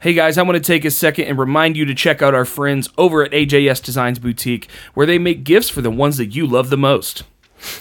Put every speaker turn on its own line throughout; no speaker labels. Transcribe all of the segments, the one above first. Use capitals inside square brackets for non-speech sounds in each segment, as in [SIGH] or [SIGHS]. Hey guys, I want to take a second and remind you to check out our friends over at AJS Designs Boutique, where they make gifts for the ones that you love the most.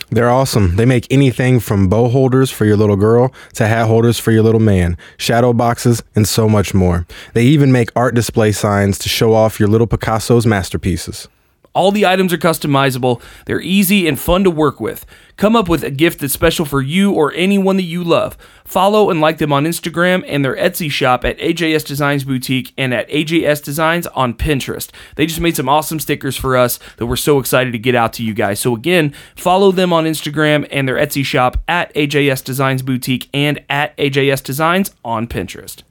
They're awesome. They make anything from bow holders for your little girl to hat holders for your little man, shadow boxes, and so much more. They even make art display signs to show off your little Picasso's masterpieces.
All the items are customizable, they're easy and fun to work with. Come up with a gift that's special for you or anyone that you love. Follow and like them on Instagram and their Etsy shop at AJS Designs Boutique and at AJS Designs on Pinterest. They just made some awesome stickers for us that we're so excited to get out to you guys. So, again, follow them on Instagram and their Etsy shop at AJS Designs Boutique and at AJS Designs on Pinterest.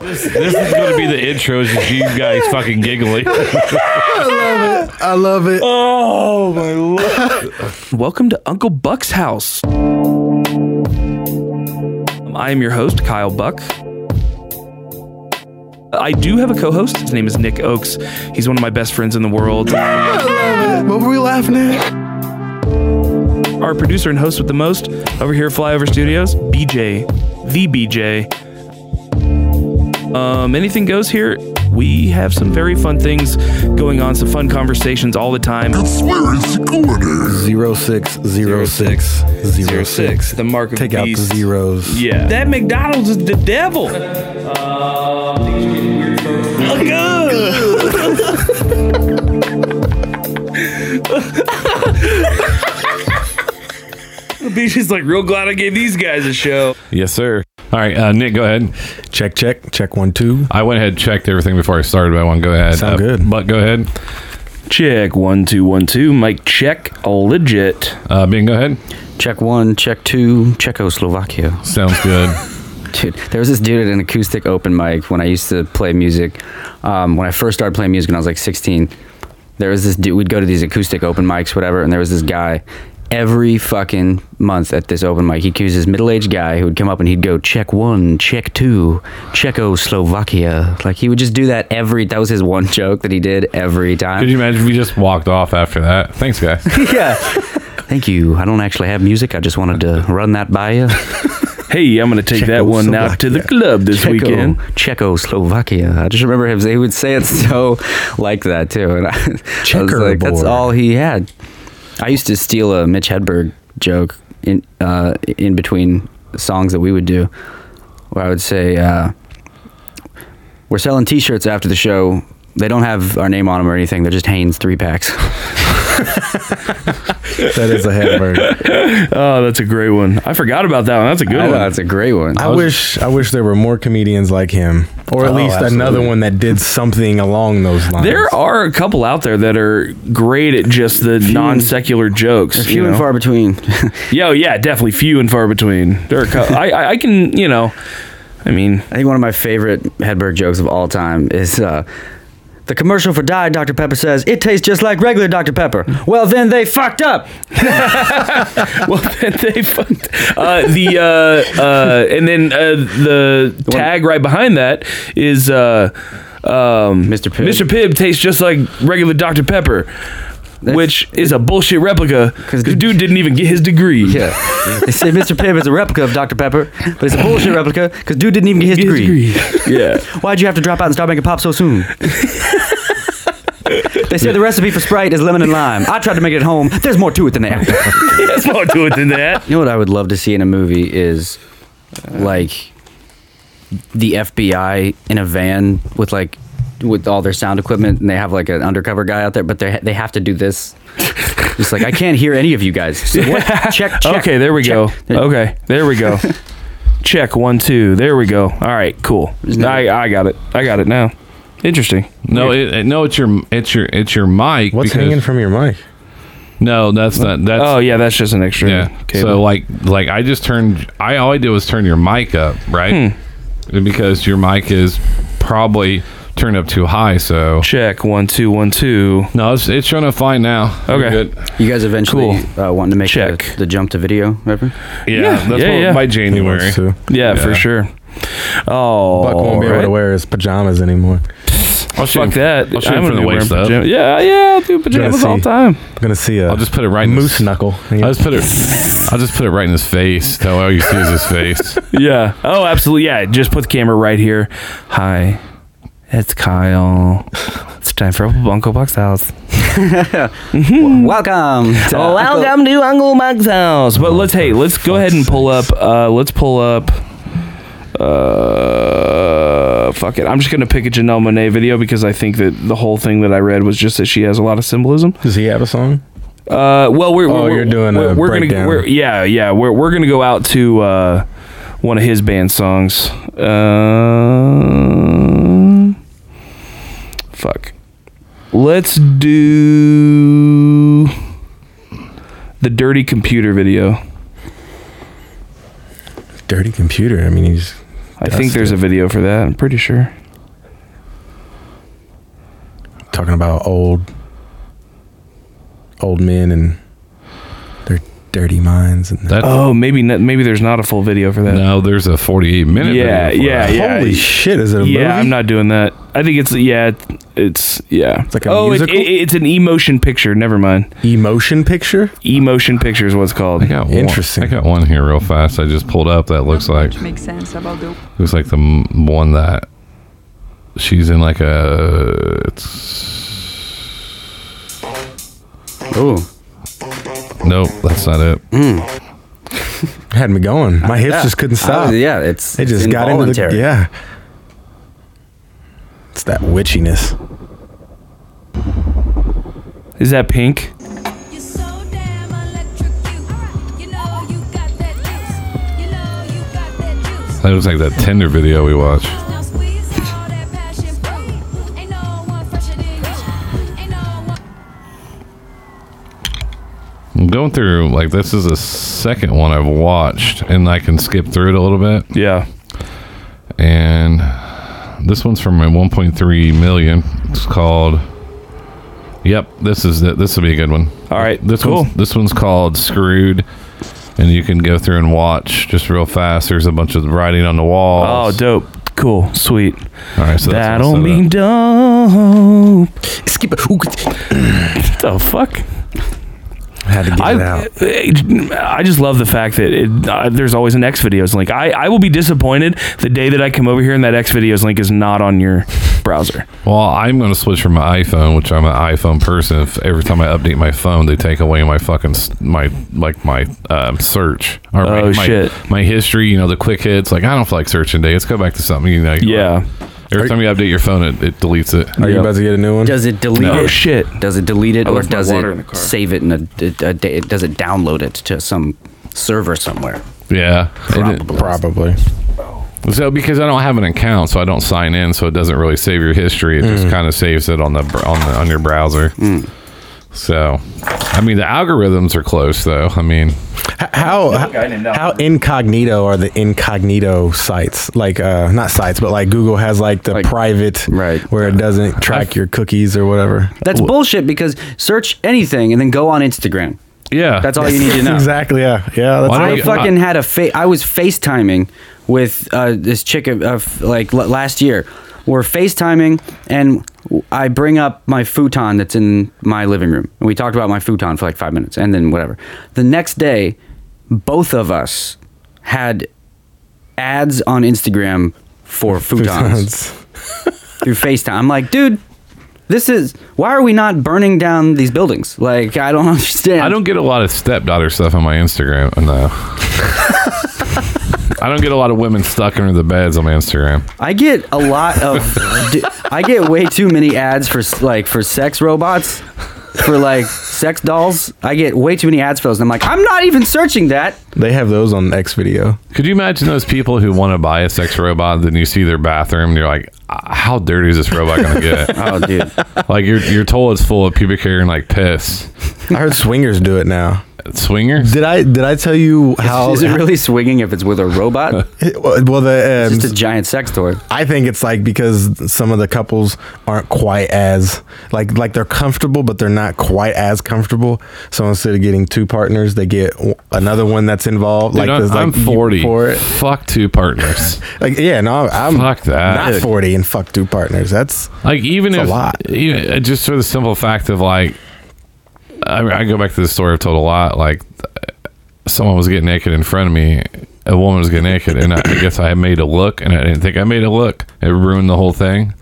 This is going to be the intros of you guys fucking giggling.
I love it.
Oh my lord!
Welcome to Uncle Buck's house. I am your host, Kyle Buck. I do have a co host. His name is Nick Oakes. He's one of my best friends in the world.
[LAUGHS] What were we laughing at?
Our producer and host with the most over here at Flyover Studios, BJ, the BJ. Um, anything goes here. We have some very fun things going on, some fun conversations all the time.
Zero six zero six zero six.
The mark of
Take
the
out the
beast.
zeros.
Yeah.
That McDonald's is the devil. [LAUGHS] the beach is like real glad I gave these guys a show.
yes, sir. All right, uh, Nick, go ahead.
Check check check one two.
I went ahead and checked everything before I started, but I want to go ahead. Uh,
Sound good.
But go ahead.
Check one two one two. Mike check legit.
Uh, Bing, go ahead.
Check one, check two, Czechoslovakia.
Sounds
[LAUGHS]
good.
Dude, there was this dude at an acoustic open mic when I used to play music. Um, when I first started playing music when I was like 16, there was this dude. We'd go to these acoustic open mics, whatever, and there was this guy every fucking month at this open mic. He'd use this middle aged guy who would come up and he'd go, check one, check two, Czechoslovakia. Like he would just do that every, that was his one joke that he did every
Could
time.
you imagine if we just walked off after that? Thanks, guys.
yeah. Thank you. I don't actually have music. I just wanted to run that by you.
Hey, I'm gonna take that one out to the club this weekend.
Czechoslovakia. I just remember him. He would say it so like that too, and I, I was like, "That's
Checkerboard.
all he had." I used to steal a Mitch Hedberg joke in uh, in between songs that we would do, where I would say, uh, "We're selling T-shirts after the show. They don't have our name on them or anything. They're just Hanes three packs."
That is a headbird.
Oh, that's a great one. I forgot about that one. That's a good
[LAUGHS] I know,
one.
that's a great one.
I wish I wish there were more comedians like him, or at
Oh,
least another
absolutely.
one that did something along those lines.
There are a couple out there that are great at just the non secular jokes.
They're
you
few and
know?
far between. [LAUGHS]
Yo, yeah, definitely few and far between. There are. Co- I, I I can you know, I mean, [LAUGHS]
I think one of my favorite Hedberg jokes of all time is uh, the commercial for Diet Dr. Pepper says, It tastes just like regular Dr. Pepper. Well, then they fucked up.
well [LAUGHS] then they fucked uh, the uh, uh, and then uh, the tag right behind that is uh, um,
Mr. Pibb.
Mr. Pibb tastes just like regular Dr Pepper. which is a bullshit replica because
'Cause
the
dude-
dude didn't even get his degree.
Yeah. [LAUGHS] they say Mr. Pibb is a replica of Dr. Pepper, but it's a bullshit replica because dude didn't even get his
His
degree.
[LAUGHS] degree. yeah.
Why'd you have to drop out and start making pop so [LAUGHS] soon? they say the recipe for Sprite is lemon and lime. I tried to make it at home. There's more to it than that.
That's more to it than that.
You know what I would love to see in a movie is like the FBI in a van with like with all their sound equipment and they have like an undercover guy out there but they they have to do
[LAUGHS]
this. It's like I can't hear any of you guys. So what? Check check.
Okay, there we go. Okay, there we
[LAUGHS]
go. Check one, two. There we go. All right, cool. I, I got it. I got it now. Interesting. [LAUGHS]
No, it, it- no, it's your, it's your, it's your mic.
What's
because
hanging from your mic?
No, that's not. That's
Oh yeah, that's just an extra
yeah.
cable.
So like like I just turned. I all I did was turn your mic up, right?
Hmm.
Because your mic is probably turned up too high. So
Check one two one two.
no, it's, it's showing up fine now. We're
Okay.
Good.
You guys eventually uh, wanting to make
Check.
The, the jump to video ever?
Yeah.
Yeah,
that's
yeah,
what,
yeah.
by January.
Wants to.
Yeah, for
Yeah.
sure. Oh,
Buck won't be able to
right.
wear his pajamas anymore.
I'll shoot him-
Fuck that!
I'll shoot him
I'm gonna
from the
be wearing
waist up.
pajamas. Yeah, yeah, I'll do pajamas all the
[LAUGHS]
time.
I'm gonna see a
I'll just put it right in
moose
His,
knuckle.
I'll just put it. I'll just put it right in his face. That way all you see is his
[LAUGHS]
face.
Yeah. Oh, absolutely. Yeah. Just put the camera right here. Hi, it's Kyle. It's time for Uncle Buck's house. Hmm.
Welcome. To
Welcome to Uncle Buck's house. But let's hey, let's go ahead and pull up. Uh, let's pull up. Uh, fuck it. I'm just gonna pick a Janelle Monet video because I think that the whole thing that I read was just that she has a lot of symbolism.
Does he have a song?
Uh, well, we're
Oh,
we're,
you're doing a
we're, we're gonna
breakdown.
we're, yeah yeah we're we're gonna go out to uh, one of his band songs. Uh, fuck, let's do the dirty computer video.
Dirty computer. I mean, he's
I think there's a video for that. I'm pretty sure.
talking about old old men and their dirty minds and
That
Oh, maybe not, maybe there's not a full video for that.
no, there's a 48 minute.
Yeah,
video for
yeah,
that.
yeah.
Holy shit! Is it a
yeah,
movie?
I'm not doing that. I think it's yeah, it's yeah. It's
like a
oh, it-
musical?
it- it's an emotion picture. Never mind.
Emotion picture.
Emotion picture is what it's called.
I got
Interesting.
One, I got one here real fast. I just pulled up. That looks like
which makes sense about the
looks like the m- one that she's in like a. It's,
Ooh.
nope, that's not it.
Had me going. My hips
Yeah.
just couldn't
Uh,
stop.
yeah, it's
They just
it's
got into the
involuntary.
yeah. It's that witchiness.
Is that pink?
You're so damn electric, you. You know you got that juice. You know you got that juice.
That looks like that Tinder video we watched.
Now squeeze all that passion, fruit. Ain't no one fresher than you. Ain't no one.
I'm going through like this is the second one I've watched, and I can skip through it a little bit.
Yeah.
and this one's from my 1.3 million. It's called. Yep, this is it. This will be a good one.
All right,
this
cool.
one's, this one's called Screwed, and you can go through and watch just real fast. There's a bunch of writing on the
Oh,
walls.
dope. Cool. Sweet.
All right, so
that
that's what's
don't
set
mean
up.
dope. Skip it. the fuck?
Had to get it out.
I, I just love the fact that it, uh, there's always an X videos link. I, I will be disappointed the day that I come over here and that X videos link is not on your browser.
Well, I'm going to switch from my iPhone, which I'm an iPhone person. If every time I update my phone, they take away my fucking s- my like my um, search or my,
Oh,
my,
shit.
my history. You know the quick hits. Like I don't feel like searching day. Let's go back to something. You know. you-
Yeah.
Every time you update your phone, it, it deletes it.
Are you
Yep.
about to get a new one?
Does it delete
Oh
it?
shit.
Does it delete it
I
or
left my
does
water in the
it
car.
save it in a, a, a, da- does it download it to some server somewhere?
Yeah. And it-
Probably.
Probably.
so because I don't have an account, so I don't sign in, so it doesn't really save your history. It just kind of saves it on the br- on the on your browser. So, I mean, the algorithms are close though. I mean,
H- How how, how incognito are the incognito sites? Like uh not sites, but like Google has like the
Like-
private
right.
where it doesn't track your cookies or
[LAUGHS]
whatever.
That's bullshit because search anything and then go on Instagram.
yeah.
That's all you
[LAUGHS]
need to know.
exactly, yeah. Yeah, that's
Why don't
I
you-
fucking had a fa- I was FaceTiming with uh, this chick of, of like l- last year. We're FaceTiming and w- I bring up my futon that's in my living room. And we talked about my futon for like 5 minutes and then whatever. The next day, both of us had ads on Instagram
[LAUGHS]
for futons through FaceTime. I'm like, dude, this is why are we not burning down these buildings? Like, I don't [LAUGHS] understand.
I don't get a lot of stepdaughter stuff on my Instagram. No. I don't get a lot of women stuck under the beds on my Instagram.
I get
[LAUGHS]
a lot of. d- I get way too many ads for s- like for sex robots. for like sex dolls. I get way too many ads for those. And I'm like, I'm not even searching that.
They have those on X video.
Could you imagine those people who want to buy a sex robot? Then you see their bathroom, and you're like, "Ah, "How dirty is this robot going
[LAUGHS]
to get?"
Oh, dude.
like you're you're told it's full of pubic hair and like piss.
I
[LAUGHS]
heard swingers do it now.
Swingers.
Did I did I tell you how?
Oh,
Is it really swinging if it's with
[LAUGHS]
a robot?
Well, the um,
It's just a giant sex toy.
I think it's like because some of the couples aren't quite as like like they're comfortable, but they're not quite as comfortable. So instead of getting two partners, they get w- another one that's involved. like
Dude, I'm,
there's, like,
I'm
you
40.
for it.
Fuck two partners.
Like yeah, no, I'm
Fuck that.
Not forty and fuck two partners. That's
Like even
It's a
if
lot.
even- uh, just for the simple fact of like, I, I go back to the story I've told a lot. Like, uh, someone was getting naked in front of me. A woman was getting naked, and I, I guess I made a look, and I didn't think I made a look. It ruined the whole thing.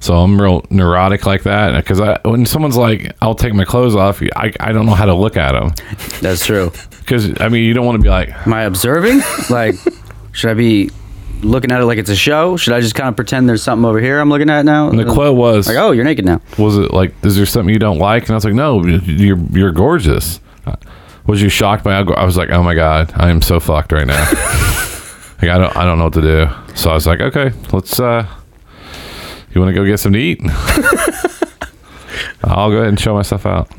So I'm real neurotic like that because I when someone's like, "I'll take my clothes off," I, I don't know how to look at them
That's true.
because I mean you don't want to be like,
Am I observing? Like, should I be looking at it like it's a show? Should I just kind of pretend there's something over here I'm looking at now?
and the quote was,
Like, oh, you're naked now.
was it like is there something you don't like and i was like no you're you're gorgeous was you shocked by how go- i was like oh my god i am so fucked right now like i don't i don't know what to do so i was like okay let's uh you want to go get some to eat i'll go ahead and show myself out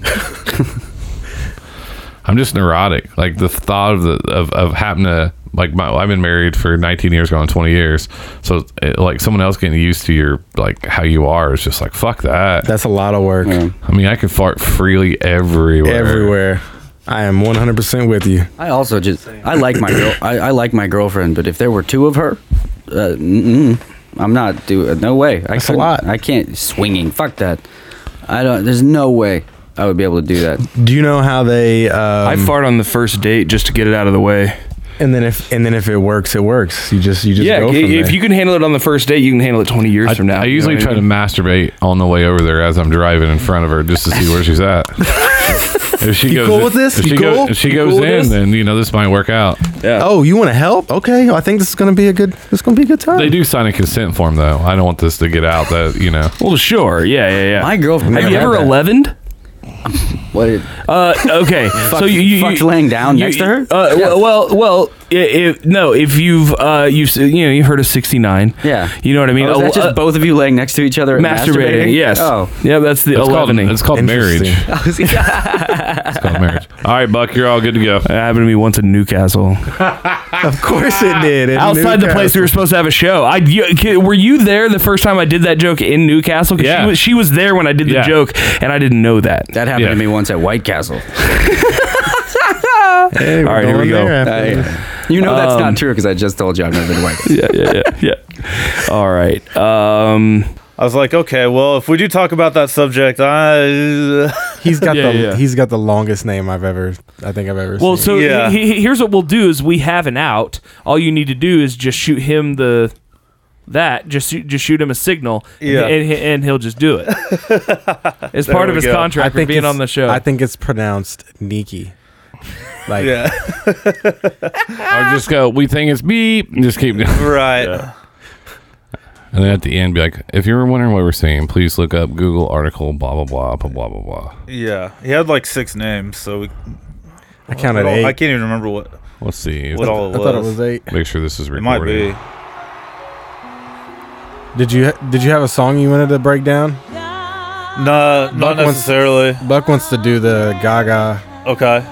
i'm just neurotic like the thought of the of, of having to like my, i've been married for 19 years going on 20 years so it, like someone else getting used to your like how you are is just like fuck that
that's a lot of work
I mean, I can fart freely everywhere.
everywhere. I am one hundred percent with you.
I also just I like my girl I, I like my girlfriend, but if there were two of her, uh, mm-mm, I'm not do no way. I
That's a
couldn't-
lot.
I can't swinging. Fuck that. I don't. There's no way I would be able to do that.
[LAUGHS] Do you know how they? Um,
I fart on the first date just to get it out of the way.
and then if and then if it works, it works. You just you just
Yeah,
go
i-
from
if
there.
you can handle it on the first date, you can handle it 20 years
I,
from now.
I
you know
usually
what
try to
mean?
masturbate on the way over there as I'm driving in front of her just to see where
[LAUGHS]
she's at. If she
You
goes,
cool with this?
If
You
she, go-
cool?
if she
You
goes
cool with
in,
this?
then you know this might work out.
oh, you want to help? Okay, I think this is gonna be a good. This is gonna be a good time.
They do sign a consent form though. I don't want this to get out. That you know,
Well, sure. Yeah, yeah, yeah.
My girlfriend.
Have you ever 11'd?
What? oh, it-
Uh,
[LAUGHS]
okay. so you, you
fucked laying down next to her?
Uh, well, well, well, i if, no, if you've uh, you've s- you know you heard of sixty nine.
Yeah.
You know what I mean?
Oh, is that
Oh,
just
uh,
both of you laying next to each other, and
masturbating.
masturbating?
Yes. [LAUGHS]
Oh. [LAUGHS]
Yeah, that's the
it's called,
elevening.
it's called marriage.
Interesting.
It's called marriage. All right, Buck, you're all good to go.
That happened to me once in Newcastle.
Of course it did. in
Ah, Outside the place we were
Newcastle.
supposed to have a show. I you, ki- were you there the first time I did that joke in Newcastle? 'Cause
Yeah.
She was, she was there when I did the
Yeah.
joke, and I didn't know
[LAUGHS]
that.
That happened
Yeah.
to me once at White Castle.
Hey, we're
All right, here we
going
go.
there after
I-
this.
you know that's not true because I just told you I've never been to White Castle.
yeah, yeah, yeah, yeah. All right. Um,
I was like, okay, well, if we do talk about that subject, I. [LAUGHS]
He's got
Yeah,
the
yeah.
he's got the longest name I've ever I think I've ever
Well,
seen.
so
Yeah.
he, he- here's what we'll do: is we have an out. All you need to do is just shoot him the that just shoot- just shoot him a signal, and-
Yeah.
and, he- and he'll just
[LAUGHS]
do it. It's part of
we
his
go.
contract for being
it's-
on the show.
I think it's pronounced Nikki. Like
Yeah, [LAUGHS]
Ah.
Or just go. We think it's beep. And just keep. And
right.
then at the end, be like, if you were wondering what we're saying, please look up Google article. Blah blah blah blah blah blah blah.
Yeah, he had like six names, so we,
I
I,
counted
don't-
eight.
I can't even remember what
Let's see.
what
I
all it
thought it
was.
was eight.
Make sure this is
It might
recorded.
be.
Did you did you have a song you wanted to break down?
No,
Buck
not
wants-
necessarily.
Buck wants to do the Gaga.
Okay.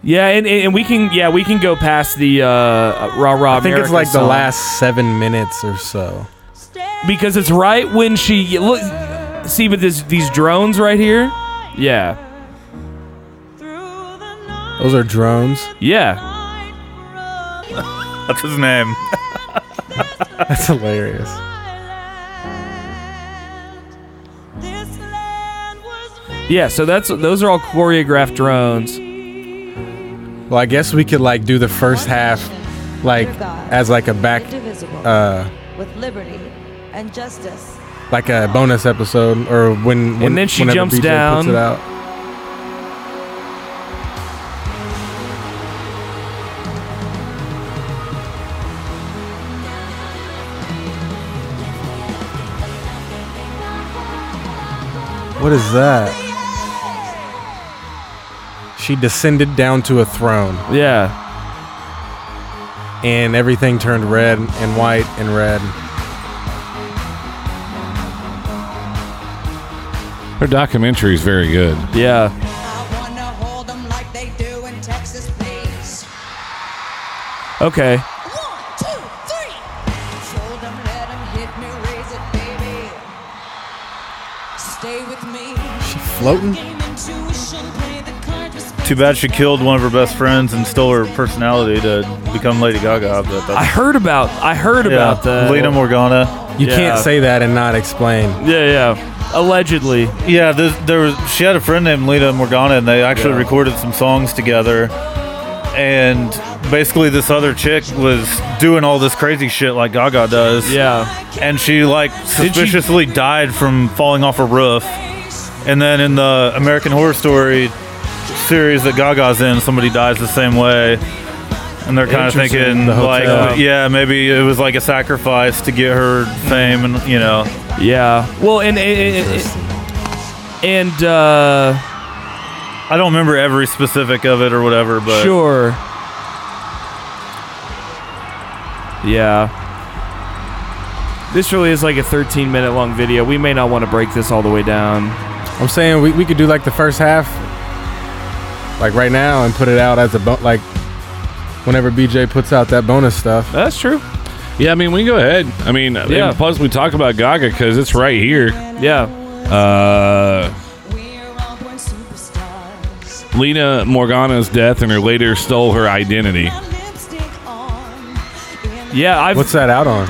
yeah, and, and and we can yeah we can go past the uh, rah rah.
I think it's like the last seven minutes or so.
because it's right when she look see but this these drones right here. Yeah,
Those
[LAUGHS]
are drones.
yeah.
That's his name.
That's hilarious.
Yeah, so that's those are all choreographed drones.
Well, I guess we could like do the first half, like as like a back, uh,
with liberty and justice.
like a bonus episode or when when
then she
whenever
jumps
BJ
down.
Puts it out. What is that? she descended down to a throne,
Yeah.
and everything turned red and white and red.
Her documentary is very good.
Yeah.
I wanna hold them like they do in Texas, please.
Okay.
One, two, three. Fold 'em, let 'em hit me, raise it, baby. Stay with me.
She floating.
Too bad she killed one of her best friends and stole her personality to become Lady Gaga. But
I
that's,
heard about I heard about that.
Lena Morgana.
You
Yeah.
can't say that and not explain.
Yeah, yeah. Allegedly.
Yeah, this, there was. She had a friend named Lena Morgana, and they actually
Yeah.
recorded some songs together. And basically, this other chick was doing all this crazy shit like Gaga does.
Yeah.
and she like
Did she-
suspiciously died from falling off a roof. And then in the American Horror Story series that Gaga's in, somebody dies the same way. And they're kind of
Interesting,
thinking
the hotel.
like, yeah, maybe it was like a sacrifice to get her fame, and you know,
Yeah. Well, and and, and uh
I don't remember every specific of it or whatever, but
sure. Yeah. This really is like a 13 minute long video. We may not want to break this all the way down.
I'm saying we, we could do like the first half, like right now, and put it out as a bo- like whenever BJ puts out that bonus stuff.
That's true.
Yeah, I mean, we can go ahead. I mean,
Yeah.
and plus we talk about Gaga because it's right here.
Yeah.
Uh,
We're all born superstars.
Lena Morgana's death and her later stole her identity.
Lipstick on.
Yeah, I've
What's that out on?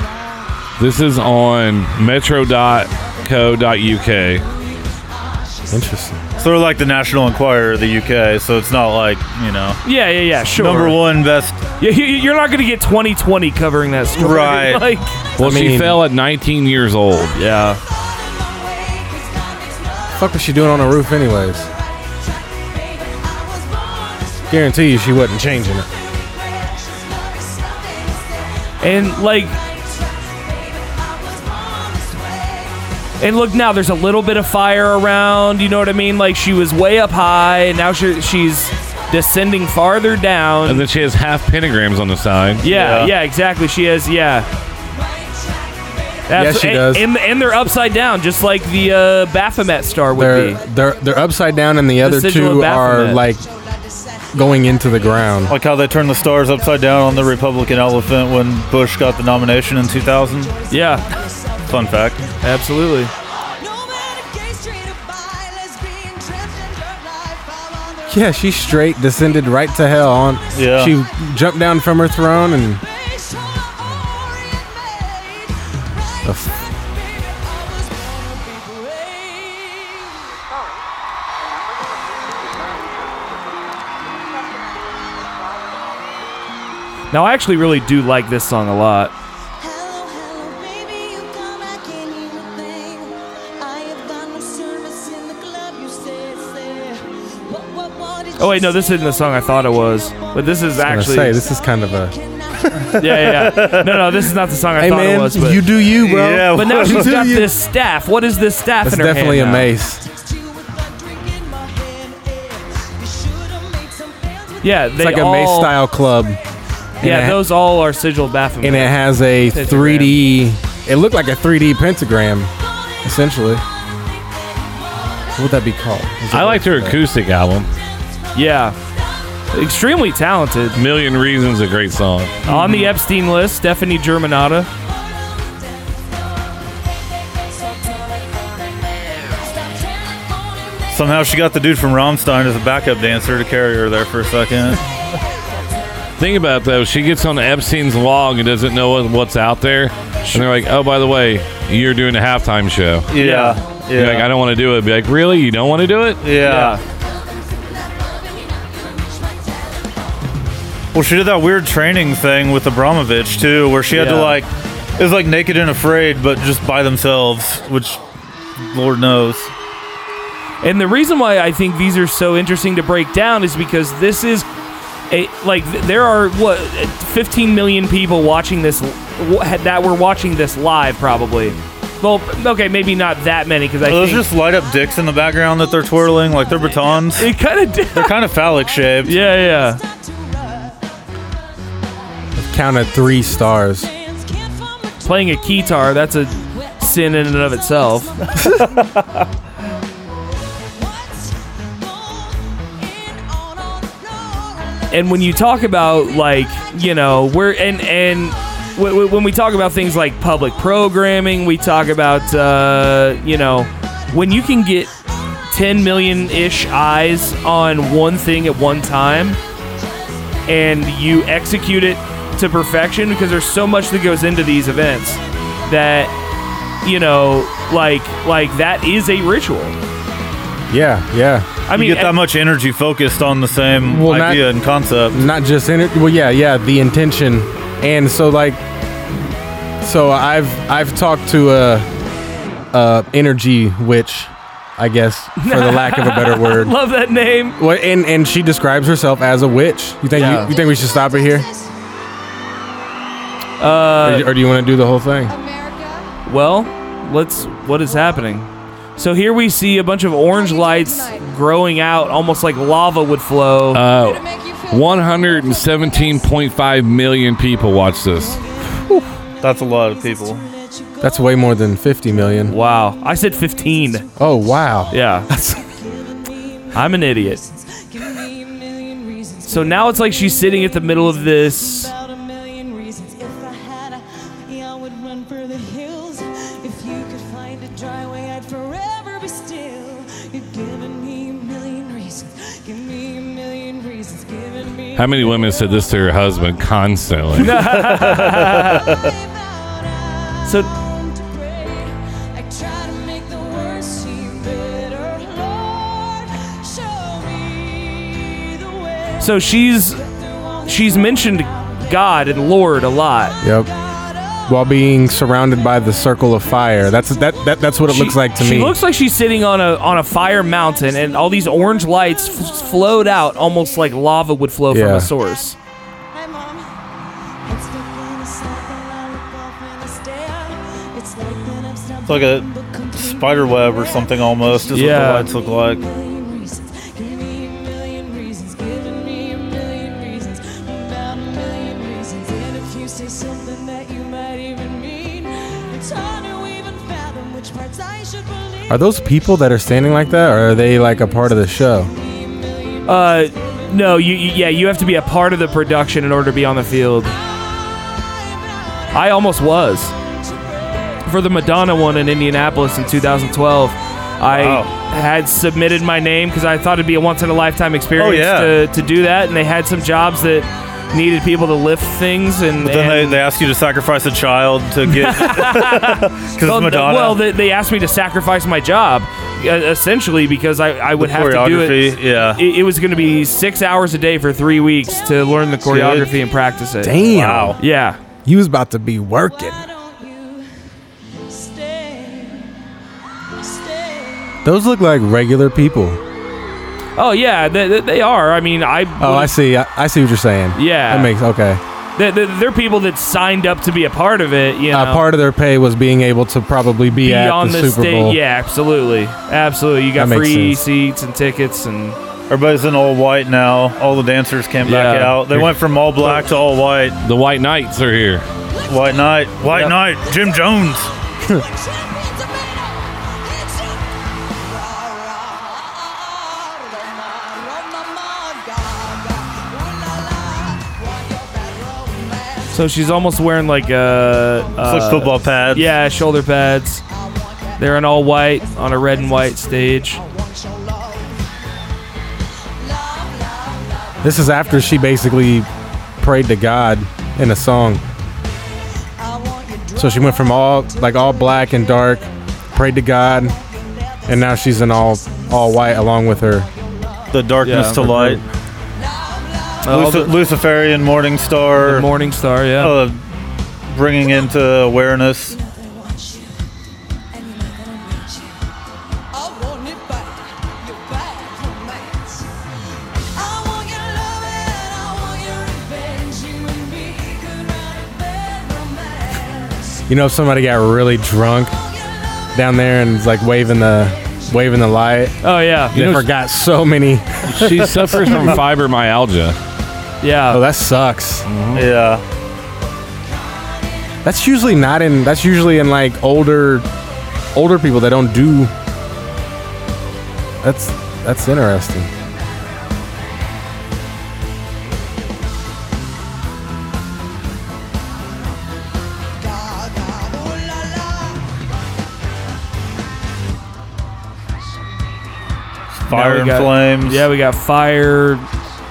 This is on metro.co.uk.
Interesting.
sort of like the National Enquirer of the UK. So it's not like you know
Yeah, yeah, yeah, sure.
number one best.
Yeah, you- you're not going to get 2020 covering that story.
Right.
[LAUGHS] Like,
Well, she
mean-
fell at 19 years old.
yeah.
Fuck was she doing on a roof anyways? Guarantee you she wasn't changing it.
And like And look now there's a little bit of fire around, you know what I mean? Like she was way up high and now she, she's descending farther down.
And then she has half pentagrams on the side.
yeah, yeah,
Yeah.
exactly. She is, yeah.
Yes, she
and,
does.
And, and they're upside down, just like the uh, Baphomet star would
They're
be.
they're they're upside down and the other
sigil
two
of
are
Baphomet.
like going into the
Oh.
ground.
Like how they turned the stars upside down on the Republican elephant when Bush got the nomination in 2000.
Yeah,
Fun fact.
absolutely.
Yeah, she straight descended right to hell on
Yeah.
she jumped down from her throne and The f-
Now I actually really do like this song a lot.
Hello, hello, baby, you come, I can't hear a thing. I have done no service in the club, you say, say. What, what, what did
Oh wait,
you
no, this
say?
isn't the song I thought it was, but this is
I'm gonna
actually
say this is kind of a
yeah,
[LAUGHS]
yeah, yeah. No, no, this is not the song I
Hey
thought
man,
it was. But,
you do you, bro.
Yeah,
but
[LAUGHS]
now she's [LAUGHS]
do
got
you.
this staff. What is this staff
That's
in her hand
definitely a
now?
mace.
Text you with a drink in my hand, eh. You should've made some plans with
Yeah, they
It's like a
all,
mace style club.
Yeah,
it-
those all are sigil Baphomet.
And it has a
Pentagram.
3D it looked like a 3D pentagram, essentially. What would that be called? Is
I
it-
liked her acoustic album.
yeah, extremely talented.
Million Reasons is a great song.
Mm-hmm.
On the Epstein list, Stephanie Germanata.
Somehow she got the dude from Rammstein as a backup dancer to carry her there for a second.
Think about it, though, she gets on Epstein's log and doesn't know what, what's out there, and they're like, "Oh, by the way, you're doing a halftime show."
Yeah. Yeah.
You're like, "I don't want to do it." Be like, "Really? You don't want to do it?"
yeah. Well, she did that weird training thing with Abramovich, too, where she had
Yeah.
to, like, it was like naked and afraid, but just by themselves, which Lord knows.
And the reason why I think these are so interesting to break down is because this is a like th- there are what 15 million people watching this l- w- that were watching this live probably. Well, okay, maybe not that many because I
Are those
think
just light up dicks in the background that they're twirling? Like they're batons?
it kind of did. [LAUGHS]
They're kind of phallic shaped.
Yeah, yeah.
Counted three stars.
Playing a keytar, that's a sin in and of [LAUGHS] itself. And when you talk about like you know we're and and w- w- when we talk about things like public programming, we talk about uh, you know when you can get 10 million ish eyes on one thing at one time and you execute it to perfection because there's so much that goes into these events that you know like like that is a ritual [LAUGHS]
Yeah, yeah.
i
I mean,
mean
you get that much energy focused on the same
Well, not-
idea and concept.
Not just in it. Well, yeah, yeah. The intention, and so like, so I've I've talked to a, a energy witch, I guess, for the lack of a better
[LAUGHS]
word.
I love that name
Well, and and she describes herself as a witch. You think
Yeah.
you, you think we should stop it here, or,
uh,
you- or do you want to do the whole thing?
well let's what is happening so here we see a bunch of orange lights growing out almost like lava would flow
Uh, 117.5 million people watch this.
That's a lot of people.
That's way more than fifty million.
wow i said 15
Oh wow.
yeah
[LAUGHS]
i'm an idiot so now it's like she's sitting at the middle of this
About a million reasons if I had a, yeah, I would run for the hills. If you could find a dry way, I'd forever be still. You've given me a million reasons. Give me a million reasons. Given me.
How many women said this to her husband constantly?
So-
I try to make the worst seem better. Lord, show me the way.
So she's
Through all the
she's mentioned God and Lord a lot.
Yep.
God,
While being surrounded by the circle of fire. That's that that that's what it looks like to
she
me.
looks like she's sitting on a on a fire mountain, and all these orange lights f- flowed out almost like lava would flow from
Yeah.
a source.
Hi, Mom. It's stuck in a cycle, I look off and I stare. It's like that I'm
It's like a spider web or something almost, is
Yeah.
what the lights look like.
Something that you might even mean. It's hard to even fathom which parts I should believe.
Are those people that are standing like that, or are they like a part of the show?
Uh, no, you, you yeah, you have to be a part of the production in order to be on the field. I almost was for the Madonna one in Indianapolis in 2012. I
Wow.
had submitted my name because I thought it'd be a once in a lifetime experience
Oh, yeah.
to, to do that, and they had some jobs that needed people to lift things and,
But then
and
they, they ask you to sacrifice a child to
[LAUGHS]
get. Because
Well, th-
Madonna.
Well, they, they asked me to sacrifice my job, e- essentially, because I, I would
The
have to do it.
choreography, yeah.
It, it was going to be six hours a day for three weeks to learn the choreography and practice it.
Damn.
wow.
Yeah.
You was about to be working.
Why don't you stay? Stay.
Those look like regular people.
Oh, yeah, they, they, they are. I mean, I.
Oh, I see. I, I see what you're saying.
Yeah.
That makes okay.
They, they, they're people that signed up to be a part of it, you know.
Uh, part of their pay was being able to probably be, at
Beyond
the,
the
Super
state,
Bowl.
yeah, absolutely, absolutely. You got
That makes
free
sense.
seats and tickets, and
Everybody's in all white now. All the dancers came back
Yeah.
out. They went from all black to all white.
the White Knights are here.
White Knight. White
Yep.
Knight. Jim Jones.
so she's almost wearing like a.
It's like
Uh,
football pads.
Yeah, shoulder pads. They're in all white on a red and white stage.
This is after she basically prayed to God in a song. So she went from all like all black and dark, prayed to God, and now she's in all all white along with her.
The darkness
Yeah.
to light.
Uh,
Lucif- Luciferian morning star.
Morning Star, yeah.
uh, bringing into awareness.
You know, if somebody got really drunk down there and is like waving the waving the light.
Oh yeah,
They
You know-
forgot so many.
She suffers from fibromyalgia.
yeah.
Oh, that sucks.
Uh-huh.
Yeah.
That's usually not in. That's usually in like older, older people that don't do. That's that's interesting.
Fire
we
and
got-
flames.
Mm, Yeah, we got fire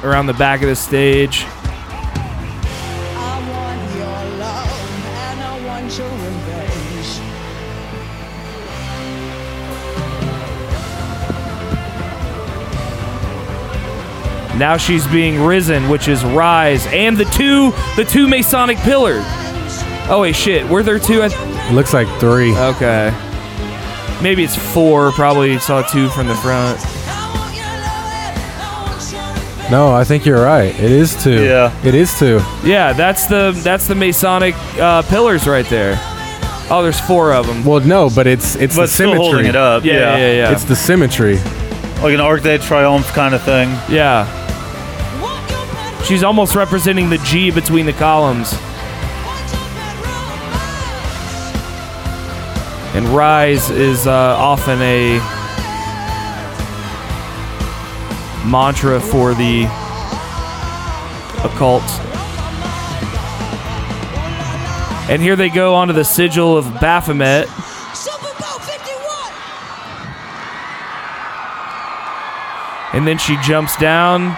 around the back of the stage.
I want your love and I want your revenge.
Now she's being risen, which is rise, and the two the two Masonic pillars. Oh wait, shit. Were there two? At-
It looks like three.
okay. Maybe it's four. Probably saw two from the front.
I want your love, I want your revenge.
No, I think you're right. It is two.
Yeah.
It is two.
Yeah, that's the that's the Masonic uh, pillars right there. Oh, there's four of them.
Well, no, but it's it's
But
the
still
symmetry.
holding it up.
Yeah, yeah, yeah, yeah.
It's the symmetry.
Like an Arc de Triomphe kind of thing.
yeah.
Want your bedroom,
She's almost representing the G between the columns.
want your bedroom, ah.
And rise is uh, often a mantra for the occult. And here they go onto the sigil of Baphomet.
Super Bowl 51.
And then she jumps down.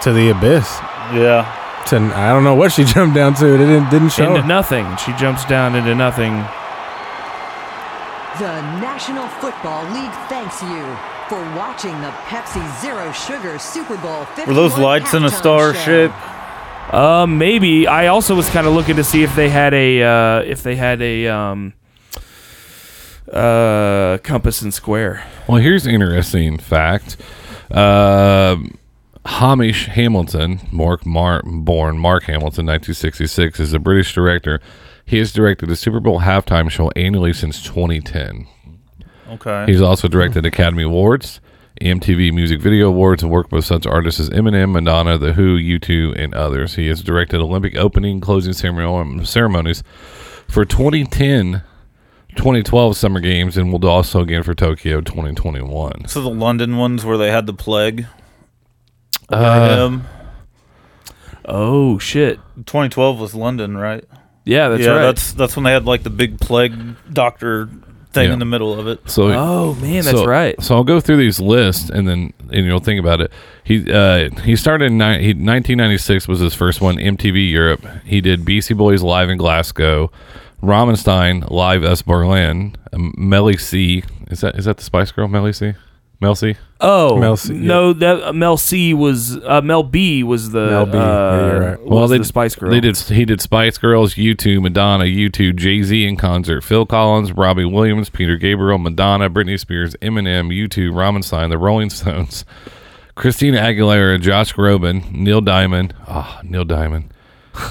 To the abyss.
Yeah.
To I don't know what she [LAUGHS] jumped down to. It didn't didn't show.
into nothing. She jumps down into nothing.
The National Football League thanks you for watching the Pepsi Zero Sugar Super Bowl 51
Were those lights in a
halftime
star
show.
shape?
Uh, maybe. I also was kind of looking to see if they had a uh, if they had a um, uh, compass and square.
Well, here's an interesting fact. Uh, Hamish Hamilton, Mark Mar- born Mark Hamilton, 1966, is a British director. He has directed the Super Bowl halftime show annually since 2010.
Okay.
He's also directed Academy Awards, MTV Music Video Awards, and worked with such artists as Eminem, Madonna, The Who, U2, and others. He has directed Olympic opening, closing ceremony- ceremonies for 2010, 2012 Summer Games, and will do also again for Tokyo 2021.
so the London ones where they had the plague.
Uh,
Uh,
Um,
Oh shit!
2012 was London, right?
Yeah, that's
yeah,
right.
that's that's when they had like the big plague doctor thing
Yeah.
in the middle of it.
So
oh man, that's
so,
right.
So I'll go through these lists, and then and you'll think about it. He uh, he started in ni- he, 1996 was his first one. MTV Europe. He did BC Boys live in Glasgow, Ramenstein live S Berlin, um, Melly C. Is that is that the Spice Girl Melly C? Mel C.
Oh
Mel C,
no, that uh, Mel C was uh, Mel B was the
Mel B,
Uh,
yeah, you're right.
was the Spice Girl.
They did. He did Spice Girls, U2, Madonna, U2, Jay Z in concert, Phil Collins, Robbie Williams, Peter Gabriel, Madonna, Britney Spears, Eminem, U2, Rammstein, The Rolling Stones, [LAUGHS] Christina Aguilera, Josh Groban, Neil Diamond. Ah, Neil Diamond. [LAUGHS]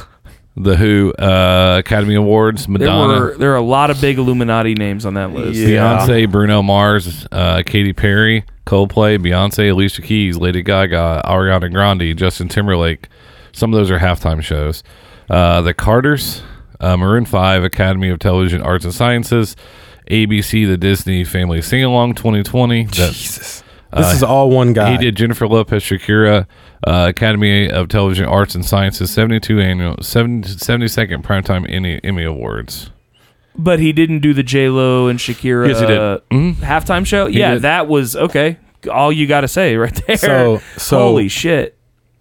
the Who, uh, Academy Awards,
There
Madonna.
were there are a lot of big Illuminati names on that list.
Beyonce, Bruno Mars, uh, Katy Perry, Coldplay, Beyonce, Alicia Keys, Lady Gaga, Ariana Grande, Justin Timberlake. Some of those are halftime shows. Uh, the Carters, uh, Maroon 5, Academy of Television Arts and Sciences, ABC, the Disney Family Sing Along 2020. That,
Jesus. This is all one guy.
he did Jennifer Lopez Shakira, uh, Academy of Television Arts and Sciences 72 annual 70, 72nd Primetime Emmy, Emmy Awards.
But he didn't do the J Lo and Shakira
Yes, he did.
uh,
Mm-hmm.
halftime show. yeah,
did.
that was okay. All you got to say right there.
So- so-
holy shit.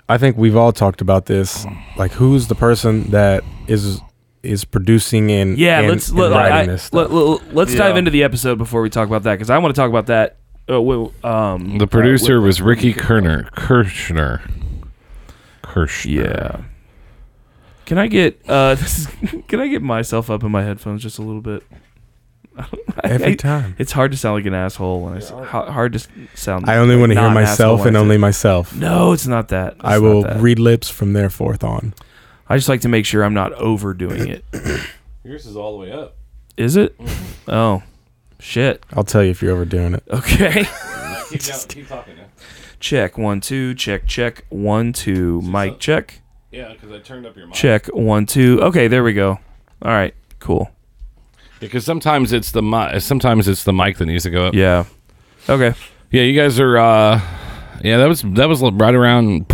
I think we've all talked about this. Like, who's the person that is is producing and
Yeah,
and-
let's
and
let,
writing
I,
this stuff?
let, us dive
Yeah.
into the episode before we talk about that because I want to talk about that. Uh, well, um,
The producer was Ricky Kerner. Kirshner. Kirshner.
Yeah. Can I get uh [LAUGHS] this is, can I get myself up in my headphones just a little bit? [LAUGHS]
Every time.
It's hard to sound like an asshole when I s- ho- hard to s- sound
I only want to hear
not an asshole
myself
when
and
I say-
only myself.
No, it's not that. It's
I
not
will
that.
read lips from there forth on. [LAUGHS]
I just like to make sure I'm not overdoing it.
Yours is all the way up.
Is it? Oh, shit.
I'll tell you if you're overdoing it.
Okay. [LAUGHS]
[LAUGHS] keep talking.
check one two. Check check one two. Mic check
Yeah, because I turned up your mic.
check one two. Okay, there we go. All right, cool.
Because sometimes it's the mic. Sometimes it's the mic that needs to go up.
Yeah. Okay.
Yeah, you guys are. uh Yeah, that was that was right around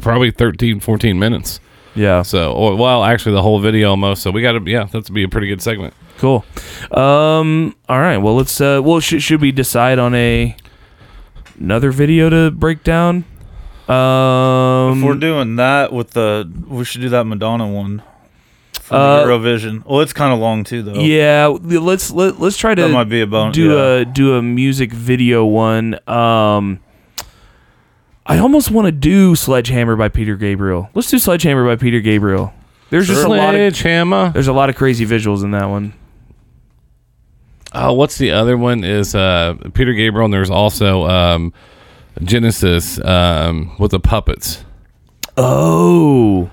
probably 13, 14 minutes.
Yeah.
So, or, well, actually, the whole video almost. So we got to. Yeah, that's be a pretty good segment.
Cool. Um. All right. Well, let's. Uh. Well, should should we decide on a another video to break down? Um.
if we're doing that with the, we should do that Madonna one. For
Uh,
Eurovision. Well, it's kind of long too, though.
Yeah, w- let's let, let's try to
Oh. That might be a bonus,
do
yeah.
a do a music video one. Um I almost want to do Sledgehammer by Peter Gabriel. Let's do Sledgehammer by Peter Gabriel. There's just a lot of
Sledgehammer.
there's a lot of crazy visuals in that one.
Oh, what's the other one? Is uh Peter Gabriel and there's also um Genesis um with the puppets.
Oh.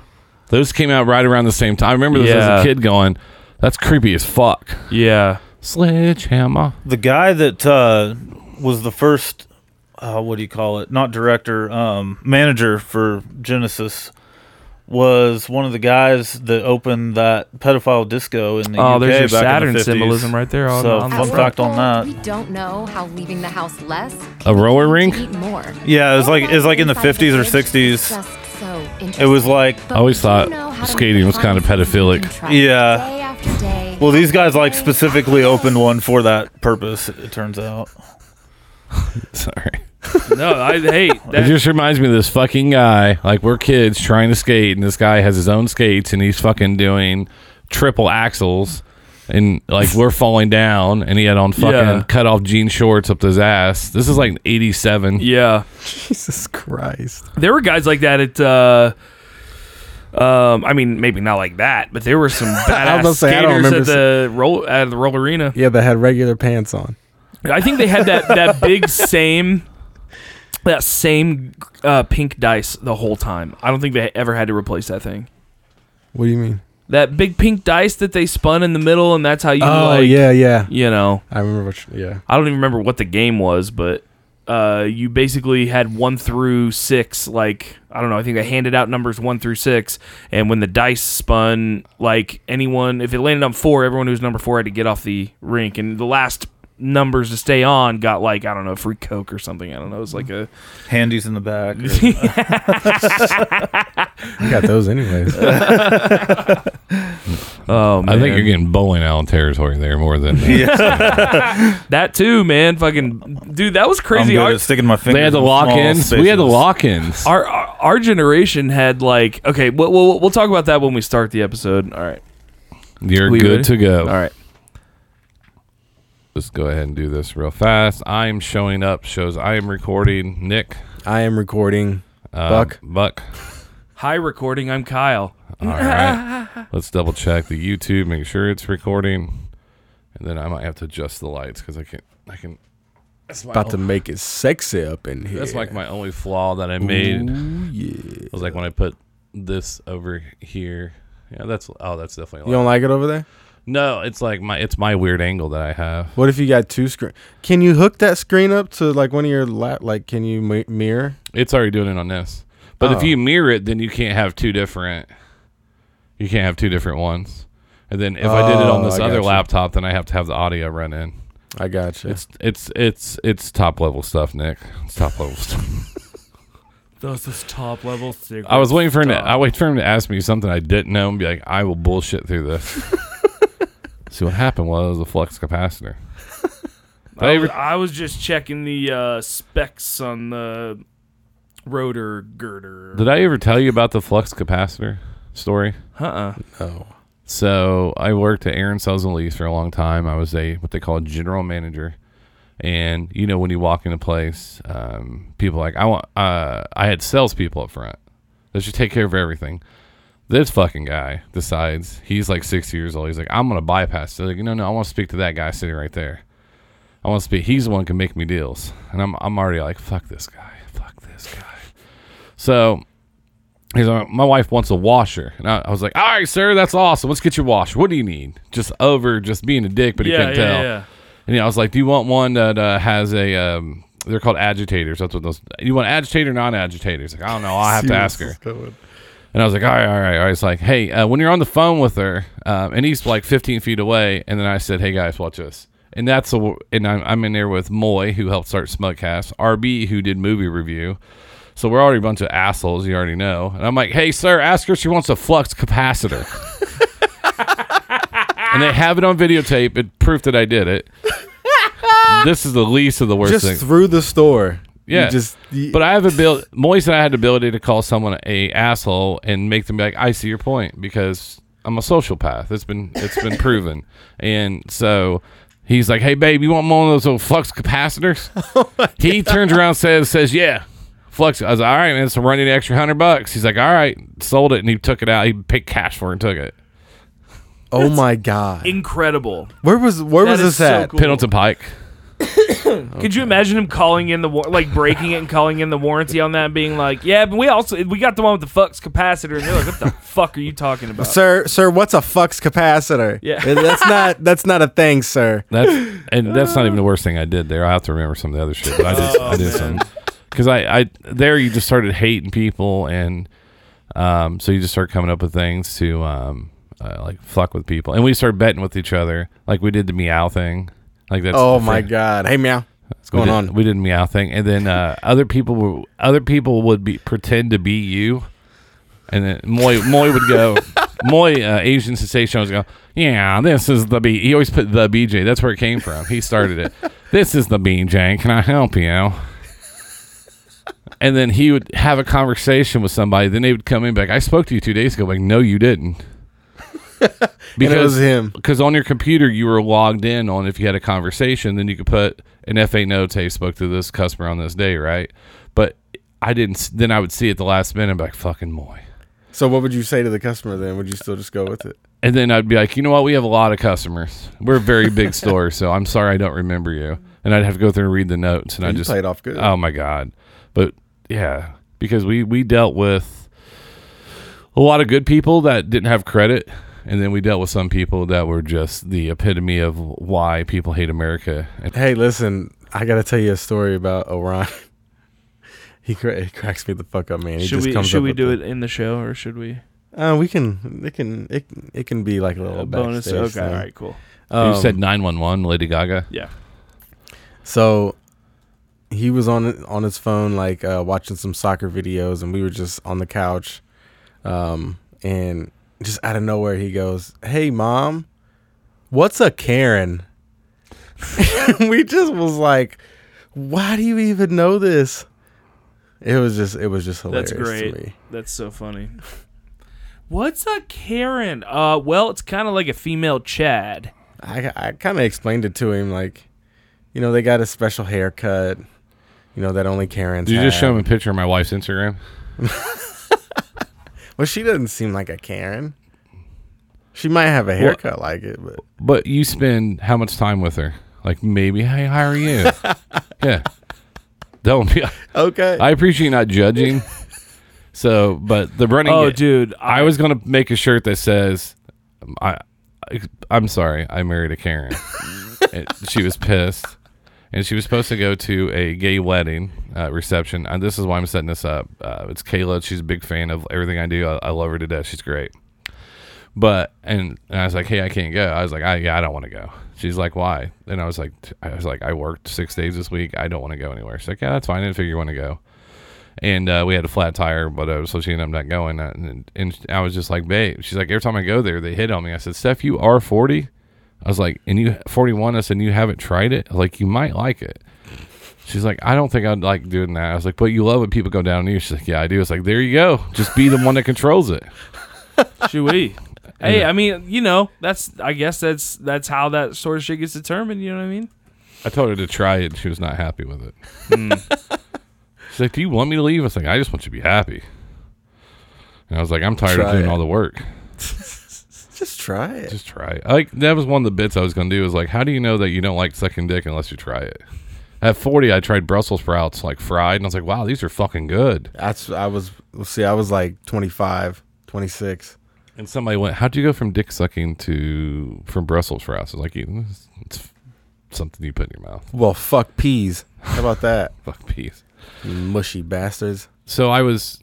Those came out right around the same time. I remember this as
Yeah.
a kid going, "That's creepy as fuck."
Yeah.
Sledgehammer.
The guy that uh, was the first, uh, what do you call it? Not director, um, manager for Genesis was one of the guys that opened that pedophile disco in the
Oh,
UK
there's your
back in
Saturn
the 50s.
symbolism right there on-
so
on the
fun
front.
fact on
We
that.
don't know how leaving the house less
A rower rink. [LAUGHS]
eat more.
Yeah, it was like it was like in the 50s or 60s. It was like
I always thought skating was kind of pedophilic.
Yeah. well, these guys like specifically opened one for that purpose. It turns out.
Sorry.
No, I
[LAUGHS]
hate
It just reminds me of this fucking guy. Like we're kids trying to skate, and this guy has his own skates, and he's fucking doing triple axles, and like we're falling down, and he had on fucking
Yeah.
cut off jean shorts up to his ass. This is like '87.
[LAUGHS] yeah.
[LAUGHS] Jesus Christ.
There were guys like that at uh um, I mean, maybe not like that, but there were some
was
badass
gonna say, [LAUGHS] I don't
skaters at
remember
the roll at the roll arena.
Yeah, they had regular pants on.
I think they had that that big
[LAUGHS]
same that same uh, pink dice the whole time. I don't think they ever had to replace that thing.
What do you mean?
That big pink dice that they spun in the middle, and that's how you
Oh
like,
yeah, yeah.
you know.
I remember. Which, yeah.
I don't even remember what the game was, but uh, you basically had one through six. Like I don't know. I think they handed out numbers one through six, and when the dice spun, like anyone, if it landed on four, everyone who was number four had to get off the rink, and the last numbers to stay on got like I don't know free coke or something. I don't know. It was like a
Handy's in the back.
[LAUGHS]
I got those
[LAUGHS]
anyways.
oh man.
I think you're getting bowling alley territory there more than uh,
that too, man. Fucking dude, that was
I'm
crazy.
good
Our,
at sticking my
[LAUGHS]
fingers.
they had the
in [LAUGHS] small
lock-ins. We had the
spaces.
lock-ins.
our our our generation had like okay. We'll, we'll we'll talk about that when we start the episode. All right.
You're
We
good
ready?
to go.
All right.
Let's go ahead and do this real fast. I'm showing up. Shows I am recording. Nick,
I am recording.
um,
Buck.
Buck.
Hi, recording. I'm Kyle.
[LAUGHS] All right. Let's double check the YouTube, make sure it's recording, and then I might have to adjust the lights because I can't. I can. That's my.
About to
o-
make it sexy up in here.
that's like my only flaw that I made.
Ooh, yeah.
was like when I put this over here. Yeah, that's. Oh, that's definitely.
You don't like it over there?
no, it's like my. It's my weird angle that I have.
What if you got two screen? Can you hook that screen up to like one of your lap? Like, can you mi- mirror?
It's already doing it on this. But if
Oh.
you mirror it, then you can't have two different. You can't have two different ones. And then if I did it on
Oh,
this
I
other
gotcha.
laptop, then I have to have the audio run in.
I got you.
It's it's it's it's top level stuff, Nick. It's top
[LAUGHS]
level stuff.
This is top level secret.
I was waiting for him. To, I waited for him to ask me something I didn't know and be like, "I will bullshit through
[LAUGHS]
this." See what happened was it was a flux capacitor.
I was,
Favorite-
I was just checking the uh, specs on the rotor girder.
Did I ever tell you about the flux capacitor story?
Uh-uh.
oh,
So I worked at Aaron Sales and Lease for a long time. I was a what they call a general manager, and you know when you walk in a place, um, people are like I want. Uh, I had salespeople up front. They should take care of everything. This fucking guy decides he's like sixty years old. He's like, I'm gonna bypass. They're like, no, no, I want to speak to that guy sitting right there. I want to speak. He's the one who can make me deals, and I'm I'm already like, fuck this guy, fuck this guy. So He's like, my wife wants a washer, and I, I was like, all right, sir, that's awesome. Let's get you a washer. What do you need? Just over, just being a dick, but he
Yeah,
couldn't
yeah,
tell.
yeah.
And yeah, I was like, do you want one that uh, has a? Um, they're called agitators. That's what those. You want agitator, non agitators? Like, I don't know. I'll
[LAUGHS]
have to ask her. And I was like, all right, all right, all right. It's like, hey, uh, when you're on the phone with her, um, and he's like 15 feet away, and then I said, hey guys, watch this. And that's a, and I'm, I'm in there with Moy, who helped start Smugcast, RB, who did movie review. So we're already a bunch of assholes, you already know. And I'm like, hey, sir, ask her if she wants a flux capacitor. and they have it on videotape. It proof that I did it. this is the least of the worst
Just
thing.
through the store. You
Yeah.
just. you-
but I have a bill. Moise and I had the ability to call someone a asshole and make them be like, "I see your point," because I'm a social path. It's been it's
[LAUGHS]
been proven. And so he's like, "Hey, babe, you want one of those little
[LAUGHS]
flux capacitors?"
Oh
he turns around, and says, "says Yeah." Flux. I was like, all right, man. So run you the extra hundred bucks. He's like, all right, sold it, and he took it out. He paid cash for it and took it.
oh my god.
Incredible.
Where was where was
That is
this
so
at?
cool.
Pendleton Pike.
Could you imagine him calling in the war- like breaking it and calling in the warranty on that and being like, "Yeah, but we also we got the one with the fucks capacitor." And they're like, "What the [LAUGHS] fuck are you talking about?"
Sir, sir, what's a flux capacitor?
Yeah.
that's not that's not a thing, sir.
That's and that's not even the worst thing I did there. I have to remember some of the other shit, but I did I did some because I, I there you just started hating people and um so you just start coming up with things to um uh, like fuck with people and we started betting with each other like we did the meow thing like that's
Oh my god. Hey meow. What's
we
going
did,
on?
we did the meow thing and then uh other people were other people would be pretend to be you and then Moy Moy would
[LAUGHS]
go Moy uh, Asian sensation always go yeah this is the B he always put the BJ that's where it came from he
[LAUGHS]
started it this is the BJ can I help you and then he would have a conversation with somebody then they would come in back I spoke to you two days ago like no you didn't
[LAUGHS] And it was him.
because on your computer you were logged in on if you had a conversation then you could put an FA notes hey spoke to this customer on this day right but I didn't s- then I would see it the last minute and be like fucking Moy.
So what would you say to the customer then? Would you still just go with it?
And then I'd be like, you know what? We have a lot of customers. We're a very big store, so I'm sorry I don't remember you. And I'd have to go through and read the notes, and I
You
just
played off good.
Oh my god! But yeah, because we we dealt with a lot of good people that didn't have credit, and then we dealt with some people that were just the epitome of why people hate America. And
Hey, listen, I gotta tell you a story about Orion. [LAUGHS] He, cra- he cracks me the fuck up, man. He
should
just
we
comes
should
up
we
with
do
the-
it in the show or should we
Uh, we can. It can. It, it can be like a little
a bonus?
backstage
Okay,
thing.
all right, cool.
Um,
you said nine one one, Lady Gaga.
Yeah,
So he was on on his phone, like uh, watching some soccer videos, and we were just on the couch, um, and just out of nowhere he goes, "Hey, mom, what's a Karen?" [LAUGHS] we just was like, "Why do you even know this?" It was just. It was just hilarious.
that's
To
great.
me.
That's so funny. What's a Karen? Uh, well, it's kind of like a female Chad.
I I kind of explained it to him, like, you know, they got a special haircut. You know that only Karens.
Did you just
have.
show him a picture of my wife's Instagram?
Well, she doesn't seem like a Karen. She might have a haircut like it, but
But you spend how much time with her? Like maybe, hey, how are you?
[LAUGHS]
yeah. Don't be.
okay.
I appreciate you not judging. So, but the running.
Oh, dude,
I was gonna make a shirt that says, "I, I I'm sorry, I married a Karen." And she was pissed, and she was supposed to go to a gay wedding uh, reception. And this is why I'm setting this up. Uh, it's Kayla. She's a big fan of everything I do. I, I love her to death. She's great. But and, and I was like, hey, I can't go. I was like, I yeah, I don't want to go. She's like, why? And I was like, I was like, I worked six days this week. I don't want to go anywhere. She's like, yeah, that's fine. I didn't figure you want to go and uh, we had a flat tire, but uh, so she ended up not going. Uh, And, and I was just like, babe, she's like, every time I go there, they hit on me. I said, Steph, you are 40. I was like, and you 41. I said, and you haven't tried it. Like, you might like it. She's like, I don't think I'd like doing that. I was like, but you love when people go down on you. She's like, yeah, I do. It's like, there you go. Just be the one that controls it.
Should
[LAUGHS]
we? [LAUGHS] hey, I mean, you know, that's I guess that's that's how that sort of shit gets determined. You know what I mean?
I told her to try it. and She was not happy with it.
Hmm.
She's like, do you want me to leave? I was like, I just want you to be happy. And I was like, I'm tired
Try
of doing
it.
all the work.
just try it.
Just try it. Like that was one of the bits I was gonna do. Is like, how do you know that you don't like sucking dick unless you try it? At 40, I tried Brussels sprouts like fried, and I was like, wow, these are fucking good.
That's I was see I was like 25, 26.
And somebody went, how'd you go from dick sucking to from Brussels sprouts? I was like, it's, it's something you put in your mouth.
Well, fuck peas. How about that?
Fuck peace.
[LAUGHS] You mushy bastards.
so I was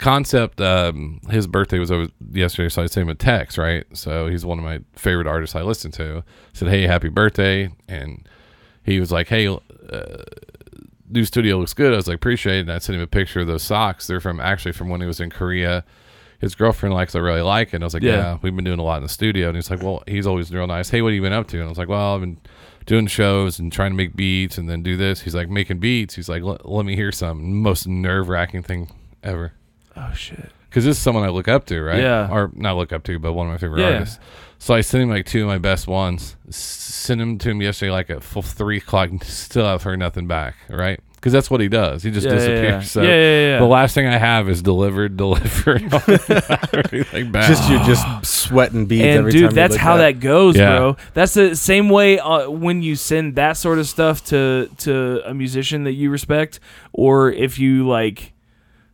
concept. Um, his birthday was over yesterday, so I sent him a text. Right, so he's one of my favorite artists I listen to. Said, "Hey, happy birthday!" And he was like, "Hey, uh, new studio looks good." I was like, "Appreciate it." And I sent him a picture of those socks. They're from actually from when he was in Korea. His girlfriend likes, I really like it. And I was like,
Yeah.
yeah. we've been doing a lot in the studio. And he's like, well, he's always real nice. Hey, what have you been up to? And I was like, well, I've been doing shows and trying to make beats and then do this. He's like, making beats. He's like, let let me hear some. Most nerve wracking thing ever
Oh shit.
because this is someone I look up to, right?
Yeah.
Or not look up to, but one of my favorite
Yeah.
artists. So I sent him like two of my best ones. S- Sent him to him yesterday, like at full three o'clock. and Still have heard nothing back, right? Because that's what he does. He just
Yeah, yeah,
disappears.
yeah.
So
Yeah, yeah, yeah.
the last thing I have is delivered, [LAUGHS] delivered, everything back.
Just [SIGHS] you're just sweating beads
And
every
dude,
time.
that's how that goes,
Yeah.
bro. That's the same way uh, when you send that sort of stuff to to a musician that you respect, or if you like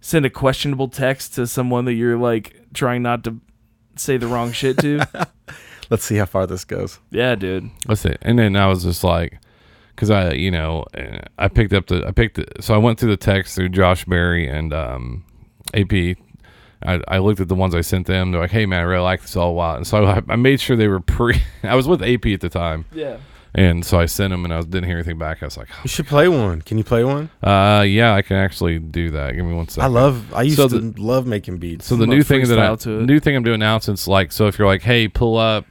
send a questionable text to someone that you're like trying not to say the wrong shit
[LAUGHS]
to.
that. Let's see how far this goes.
yeah, dude.
That's it. And then I was just like, because I, you know, eh, I picked up the, I picked, the, so I went through the text through Josh Berry and um, AP. I, I looked at the ones I sent them. They're like, hey, man, I really like this all a lot. And so I, I made sure they were pre, [LAUGHS] I was with AP at the time.
Yeah.
And so I sent them and I was, didn't hear anything back. I was like,
You should play one. Can you play one?
uh, yeah, I can actually do that. Give me one second.
I love. I used
So
to
the-
love making beats.
So the
Some
new
of
thing that I
freestyle to it.
new thing I'm doing now since like so if you're like hey pull up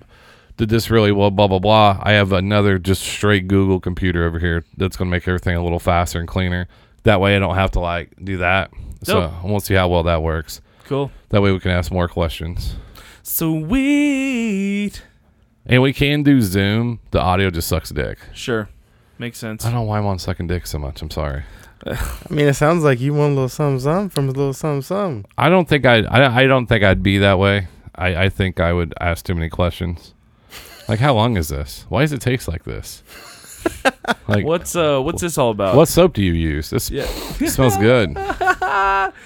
did this really well blah blah blah I have another just straight Google computer over here that's gonna make everything a little faster and cleaner that way I don't have to like do that so
Dope.
I want to see how well that works
Cool.
that way we can ask more questions
Sweet.
and we can do Zoom the audio just sucks dick
Sure. Makes sense.
I don't know why I'm on sucking dick so much I'm sorry
I mean, it sounds like you want a little something, something from a little something, something.
I don't think I I, I don't think I'd be that way I I think I would ask too many questions like how long is this why does it taste
[LAUGHS]
like this like
What's uh what's this all about?
What soap do you use? This
Yeah. [LAUGHS]
smells good.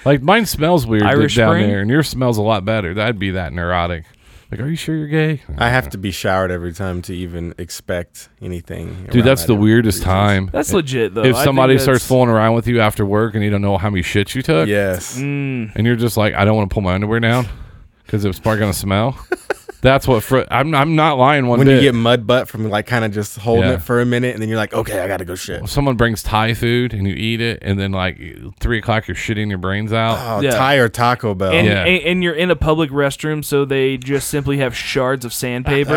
like mine smells weird
Irish
down
Spring?
there, and yours smells a lot better. That'd be that neurotic. Like, are you sure you're gay?
I have to be showered every time to even expect anything.
Dude,
around
that's
that
the weirdest
reason.
time.
That's legit though.
if
I
somebody
think
starts
that's-
fooling around with you after work and you don't know how many shits you took,
Yes.
Mm,
and you're just like, I don't want to pull my underwear down because it's probably
[LAUGHS]
gonna smell. That's what fr- I'm. I'm not lying. One
When
bit.
you get mud butt from like kind of just holding
Yeah.
it for a minute, and then you're like, okay, I gotta go shit.
someone brings Thai food and you eat it, and then like three o'clock, you're shitting your brains out.
Oh,
Yeah.
Thai or Taco Bell.
and,
Yeah.
and, and you're in a public restroom, so they just simply have shards of sandpaper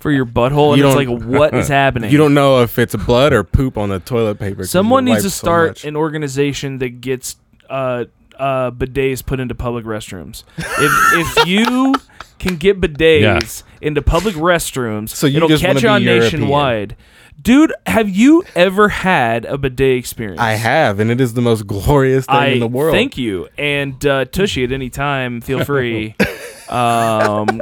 for your butthole, and
You
it's like,
don't-
what is happening?
[LAUGHS] You don't know if it's blood or poop on the toilet paper. 'cause
Someone
it
needs to
wipes so
start
much.
an organization that gets uh, uh, bidets put into public restrooms. If
[LAUGHS]
if you can get bidets into public restrooms,
So you
it'll
just wanna
catch
be
on
European.
nationwide. Dude, have you ever had a bidet experience?
I have, and it is the most [LAUGHS] glorious thing
I
in the world.
Thank you. And uh, Tushy, at any time, feel
[LAUGHS]
free. um,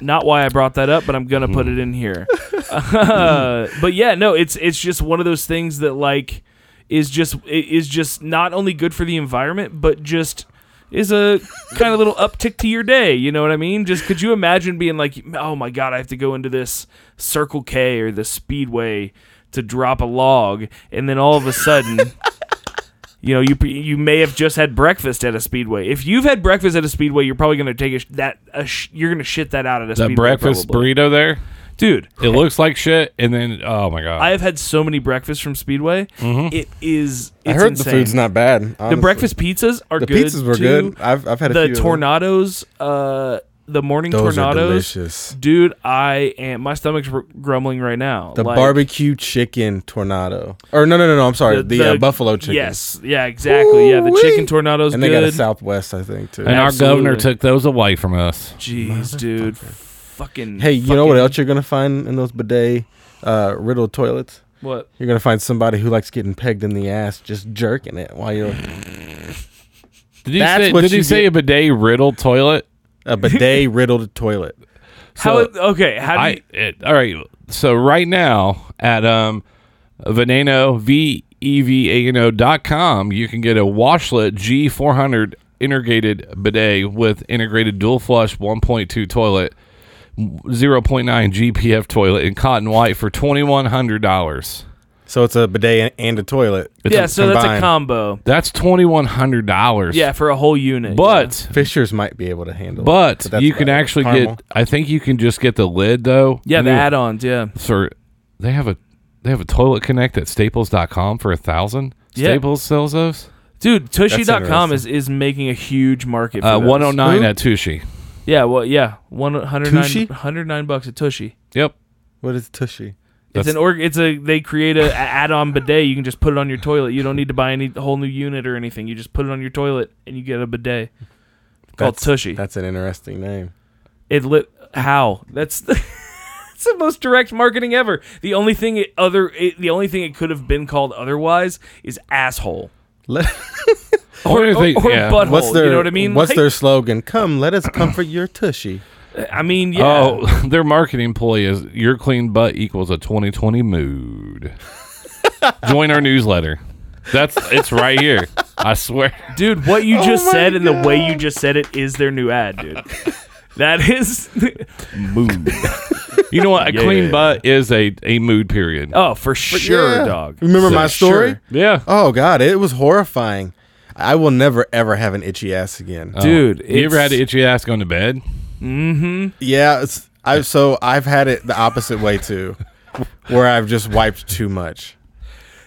not why I brought that up, but I'm gonna
Hmm.
put it in here. Uh, but yeah, no, it's it's just one of those things that like is just i- is just not only good for the environment, but just is a kind of little uptick to your day. You know what I mean? Just could you imagine being like, oh my god, I have to go into this Circle K or the Speedway to drop a log, and then all of a sudden. [LAUGHS] You know, you you may have just had breakfast at a speedway. If you've had breakfast at a speedway, you're probably going to take a sh- that a sh- you're going to shit that out at a
That
speedway.
breakfast
probably.
burrito there,
dude.
it looks like shit, and then oh my god,
I have had so many breakfasts from Speedway. It is. It's
I heard
insane.
the food's not bad.
The
honestly.
breakfast pizzas are
The
good.
pizzas were
too.
good. I've, I've had a
the
few of them.
tornadoes, uh, the morning
Those are
tornadoes,
delicious.
dude. I am my stomach's r- grumbling right now.
The
Like,
barbecue chicken tornado. Or no, no, no, no. I'm sorry. The, uh, buffalo chicken.
Yes, yeah, exactly. yeah, the
Ooh-wee.
chicken tornadoes
And they got a
good.
Southwest, I think, too.
and our governor
Absolutely.
took those away from us.
Jeez, dude, fucking.
hey, you know what
fucking-
else you're gonna find in those bidet uh, riddled toilets?
What?
You're gonna find somebody who likes getting pegged in the ass, just jerking it while you're
Did you
That's
say,
what
did
you
you say
get-
a bidet riddle toilet? [LAUGHS]
a bidet riddled toilet.
How? Okay. How do
I
you,
it, all right. So right now at um Veneno, V E V A N O dot com. You can get a Washlet G400 integrated bidet with integrated dual flush 1.2 toilet, 0.9 GPF toilet, and cotton white for $2,100.
So it's a bidet and a toilet.
yeah, so that's a
combined.
combo.
That's $2,100.
Yeah, for a whole unit.
But.
Fishers might be able to handle
But,
it. that's
you can
about it.
actually
Caramel.
get. I think you can just get the lid though.
yeah, yeah the
New-
add-ons. Yeah,
for they have a they have a toilet connect at staples.com for a thousand
Yeah.
staples sells those
dude,
That's
Tushy.com
interesting. oh
is is making a huge market. For
uh,
those.
109
Who?
at tushy
Yeah, well, yeah, one hundred
Tushy?
nine hundred nine bucks a Tushy.
yep
What is tushy?
It's
That's-
an org. It's a they create a, a add-on bidet. You can just put it on your toilet. You don't need to buy any whole new unit or anything. You just put it on your toilet and you get a bidet called
That's-
Tushy.
That's an interesting name.
It lit how that's [LAUGHS] the, that's the most direct marketing ever. The only thing it other it, the only thing it could have been called otherwise is asshole [LAUGHS]
Let, [LAUGHS]
or,
or, or butthole.
what's their
Oh, you know what I mean?
What's
Like,
their slogan? Come, let us comfort your tushy.
I mean, yeah.
oh [LAUGHS] their marketing ploy is your clean butt equals a 2020
[LAUGHS]
mood join our newsletter that's it's right here i swear
dude, what
[LAUGHS]
you just
Oh my
said and the way you just said it is their new ad,
[LAUGHS]
dude. that is [LAUGHS]
mood you know what a clean butt is a, a mood period
oh for [LAUGHS] sure,
Yeah.
dog.
Remember
For
my story?
sure.
yeah
Oh God, it was horrifying. I will never ever have an itchy ass again.
dude?
you ever had
it's-
an itchy ass going to bed
Yeah, it's, I so I've had it the opposite way too, where I've just wiped too much.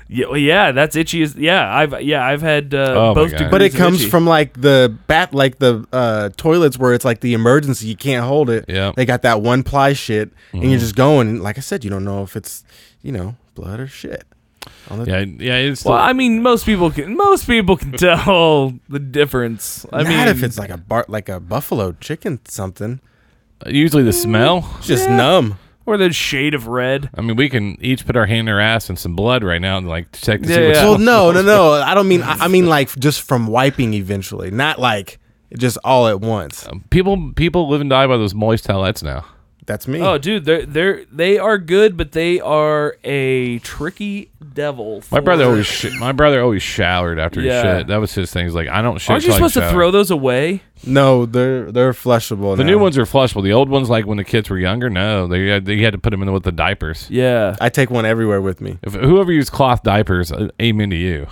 Yeah, well, yeah, that's itchy. As, yeah, I've yeah I've had uh,
Oh my
both.
God.
degrees
But it
of
comes
itchy.
from like the bat, like the uh, toilets where it's like the emergency, you can't hold it.
Yeah.
they got that one ply shit, and you're just going. Like I said, you don't know if it's you know blood or shit. On the-
yeah yeah it's
Well, I mean, most people can most people
[LAUGHS]
can tell the difference. I
Not
mean,
if it's like a bar, like a buffalo chicken something.
usually
Mm.
the smell
It's just numb.
or the shade of red.
I mean, we can each put our hand in our ass and some blood right now and like check to see
Yeah,
what's
yeah.
Well, no, no, no. [LAUGHS] I don't mean. I I mean like just from wiping eventually, not like just all at once.
Um, people people live and die by those moist towelettes now.
That's me.
Oh, dude, they're they're they are good, but they are a tricky devil.
My
for-
brother always sh- my brher always showered after
Yeah.
he shit. That was his thing. He's like, I don't shit.
Aren't you
till I
supposed to
shower.
throw those away?
No, they're they're flushable.
The
now.
new ones are flushable. The old ones, like when the kids were younger, no, they had, they had to put them in with the diapers.
Yeah.
I take one everywhere with me.
If whoever used cloth diapers, uh, amen to you.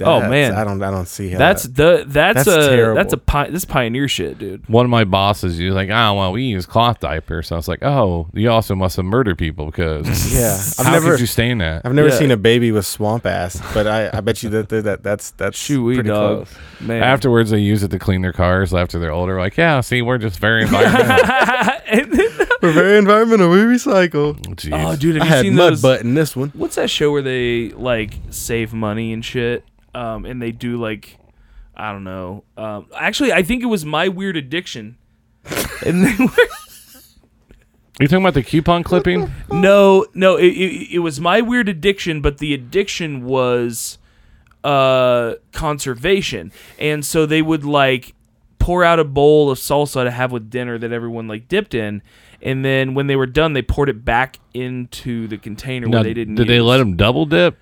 Oh,
That's-
man.
I don't I don't see how
That's
that-
the that's,
That's
a
terrible.
that's a pi- this pioneer shit, dude.
One of my bosses, he was like, oh well, we use cloth diapers. So I was like, oh, you also must have murdered
[LAUGHS]
people because
yeah. I've
how
never
could you stay in that?
I've never
Yeah.
seen a baby with swamp ass, but I, I bet you that that, that that's that's
Chewy
pretty
dog,
close.
man.
Afterwards, they use it to clean their cars after they're older. Like, yeah, see, we're
[LAUGHS]
just very environmental.
We're very environmental. We recycle.
Jeez.
[LAUGHS] oh, dude, have
I
you
had
seen
mud
those?
butt in this one.
What's that show where they like save money and shit? Um, and they do like, I don't know. Um, actually, I think it was My Weird Addiction. And they were,
You talking about the coupon
[LAUGHS]
clipping?
no, no, it, it, it was My Weird Addiction, but the addiction was uh, conservation, and so they would like pour out a bowl of salsa to have with dinner that everyone like dipped in. And then when they were done, they poured it back into the container
No,
where they didn't.
did they
use.
let him double dip?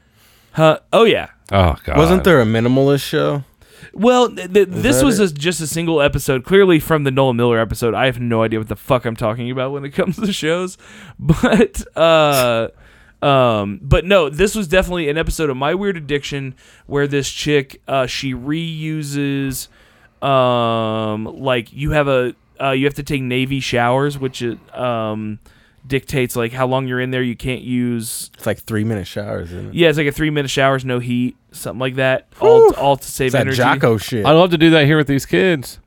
Huh? Oh yeah,
Oh god.
Wasn't there a minimalist show?
Well, th- th- this
that
was
it?
a, just a single episode, clearly from the Nolan Miller episode. I have no idea what the fuck I'm talking about when it [LAUGHS] comes to shows, but uh, um, but no, this was definitely an episode of My Weird Addiction where this chick uh, she reuses um like you have a uh, you have to take navy showers, which it, um dictates like how long you're in there. You can't use
It's like three minute showers. Isn't it?
yeah, it's like a three minute showers, no heat, something like that. All all to save
It's that
energy.
Jocko shit.
I'd love to do that here with
[LAUGHS]
these kids.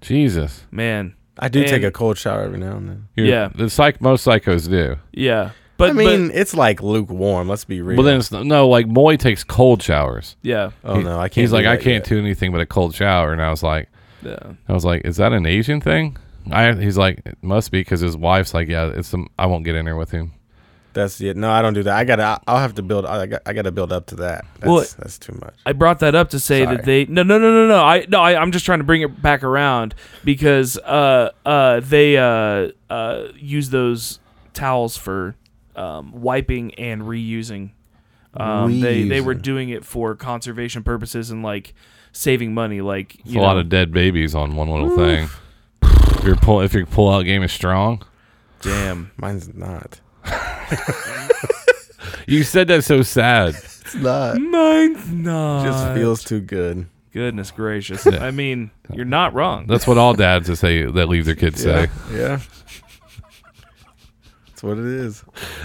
Jesus.
Man,
I do take
And-
a cold shower every now and then.
You're-
Yeah.
The psych most psychos do.
Yeah, but
I mean, it's like lukewarm. Let's be real.
Well then it's no, like Moy takes cold showers.
but, yeah,
oh no, I can't.
He's
do
like, I
that
can't
yet.
do anything but a cold shower. And I was like
yeah,
I was like, Is that an Asian thing? I he's like, It must be because his wife's like, Yeah, it's some I won't get in there with him.
That's it. No, I don't do that. I gotta. I'll have to build. I got. I gotta build up to that. That's,
Well,
that's too much.
I brought that up to say that they no no no no no I no I, I'm just trying to bring it back around because uh uh they uh uh use those towels for um wiping and reusing Um, they they were
Reason.
doing it for conservation purposes and like saving money. Like
It's
you
a lot
know,
of dead babies on one little thing. If your pull if your pull out game is strong.
damn.
Mine's not.
You said that so sad.
It's not.
Mine's not.
just feels too good.
Goodness [LAUGHS] gracious. I mean, you're not wrong.
That's what all dads that say that leave their kids say.
Yeah. [LAUGHS] That's what it is.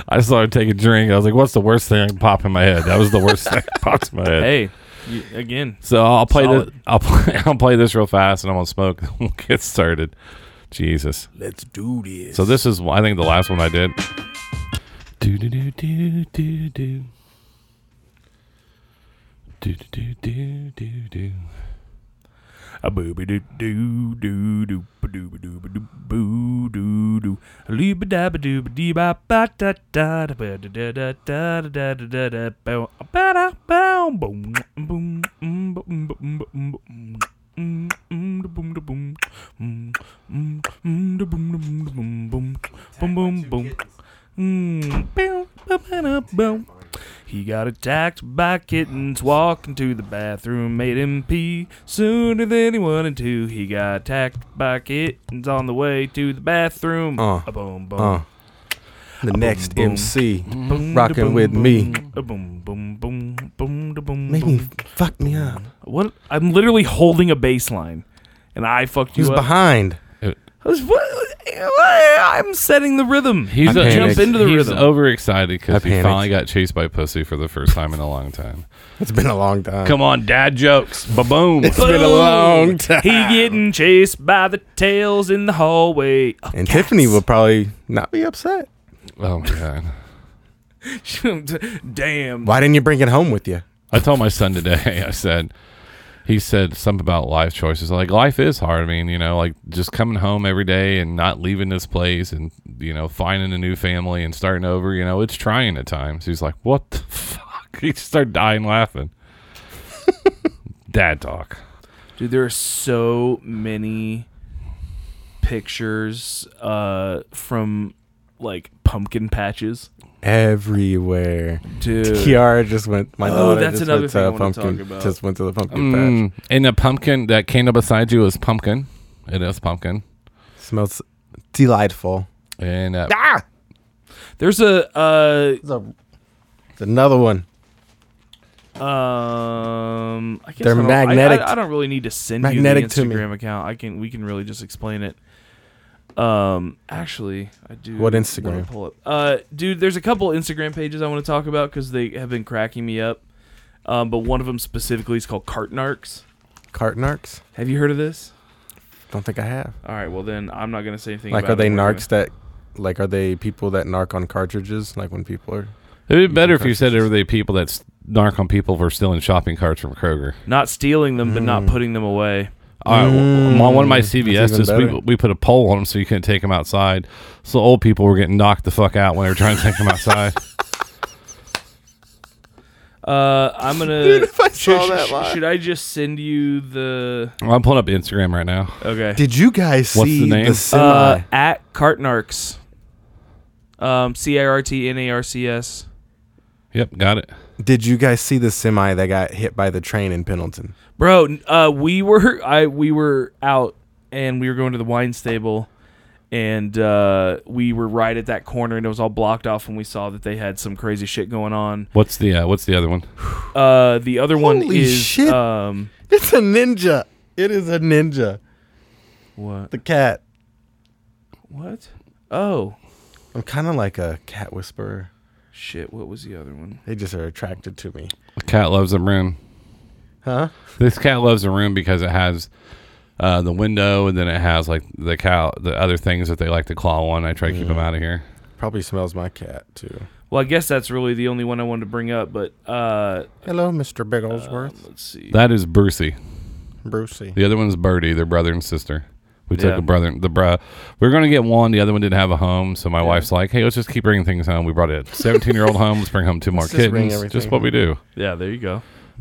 I started taking a drink. I was like, "What's the worst thing I can pop in my head?" That was the worst thing that popped in my head.
hey, you, again,
So I'll play
Solid.
this. I'll play, [LAUGHS] I'll play this real fast, and I'm gonna smoke. we'll get started. Jesus. Let's do this. So this is I think the last one I did. Do do do do do do. Do do do do do
a booby doo doo doo doo ba doo ba doo ba doo boo doo doo a lee ba da ba doo ba dee ba ba da da da ba da da da da da da da da da bow a ba da bow boom boom mm, ba- mm, ba- mm, ba- mm, ba- mm, mm, mm, da boom da boom mm, mm, mm, da boom da boom da boom boom boom boom boom mm, bow, ba- ba- da- bow. He got attacked by kittens walking to the bathroom, made him pee sooner than he wanted to. He got attacked by kittens on the way to the bathroom.
Uh,
a boom, boom.
Uh. The next
boom. Mm-hmm.
MC.
boom
rockin'
da boom,
with
boom,
me.
A boom, boom, boom, boom, da boom,
Make me
boom.
fuck me up.
What? I'm literally holding a bass line, and I fucked
He
you
was
up.
behind.
I was- what? I'm setting the rhythm.
He's
I panicked.
jump into the
he's
rhythm.
overexcited
I
because he
panicked.
finally got chased by pussy for the first time in a long time.
It's been a long time.
Come on, dad jokes. Ba boom.
It's been a long time.
He getting chased by the tails in the hallway. Oh,
and Tiffany would probably not be upset.
[LAUGHS] Oh my god.
Damn.
Why didn't you bring it home with you?
I told my son today, [LAUGHS] I said, he said something about life choices. Like, life is hard. I mean, you know, like just coming home every day and not leaving this place and, you know, finding a new family and starting over, you know, it's trying at times. He's like, what the [LAUGHS] fuck? He just started
[LAUGHS]
dying laughing. Dad talk.
Dude, there are so many pictures uh, from like pumpkin patches.
Everywhere.
Dude.
Kiara just went. My
Oh,
daughter
that's
just
another
went
thing I
to a
wanna
pumpkin.
talk about.
Just went to the pumpkin patch.
Mm, and the pumpkin that came up beside you is pumpkin. It is pumpkin.
Smells delightful.
And uh,
Ah,
There's a uh
it's another one.
um I guess
They're
I don't- I-
magnetic-
I, I, don't really need to send
magnetic to
you
me.
the Instagram account. I can we can really just explain it. Um actually, I do
What
wanna
Instagram?
Pull up. Uh dude, there's a couple Instagram pages I want to talk about cuz they have been cracking me up. Um, but one of them specifically is called Cartnarks.
Cart narcs?
Have you heard of this?
Don't think I have.
All right, well then I'm not gonna say anything.
Like,
about
are they
it. We're
narcs that? Like, are they people that narc on cartridges? Like when people are.
it'd be better if you said there were the people that s- narc on people for stealing shopping carts from Kroger.
gonna- not stealing them, but
Hmm.
not putting them away.
All right, well, on one of my CVS,
Mm, even
just we,
better.
we put a pole on them so you couldn't take them outside. So old people were getting knocked the fuck out when they were trying to take
[LAUGHS]
them outside.
Uh, I'm
[LAUGHS]
gonna. Dude, if I saw [LAUGHS] should, that should I just send you the?
Well, I'm pulling up Instagram right now.
Okay.
Did you guys
What's
see
the name?
semi?
uh, at Cartnarks. Um, C I R T N A R C S.
Yep, got it.
Did you guys see the semi that got hit by the train in Pendleton?
Bro, n- uh, we were [LAUGHS] I we were out and we were going to the wine stable, and uh, we were right at that corner and it was all blocked off and we saw that they had some crazy shit going on.
What's the uh, What's the other one?
Uh, the other one
Holy
is
shit.
um,
It's a ninja. It is a ninja.
what
The cat.
what? Oh
I'm kind of like a cat whisperer.
shit! What was the other one?
They just are attracted to me.
The cat loves a room.
Huh?
This cat loves a room because it has uh, the window, and then it has like the cow, the other things that they like to claw on. I try to keep
Mm.
them out of here.
Probably smells my cat too.
Well, I guess that's really the only one I wanted to bring up, but uh, um,
Hello, Mr. Big Oldsworth.
let's see.
That is Brucey.
Um, Brucey.
The other one's Birdie. They're brother and sister. We took
Yeah.
a brother, the bruh. We were going to get one. The other one didn't have a home. So my wife's like, hey, let's just keep bringing things home. We brought a 17 year old home. Let's bring home two more
Let's just bring
kittens. Just,
everything
what we do.
yeah, there you go.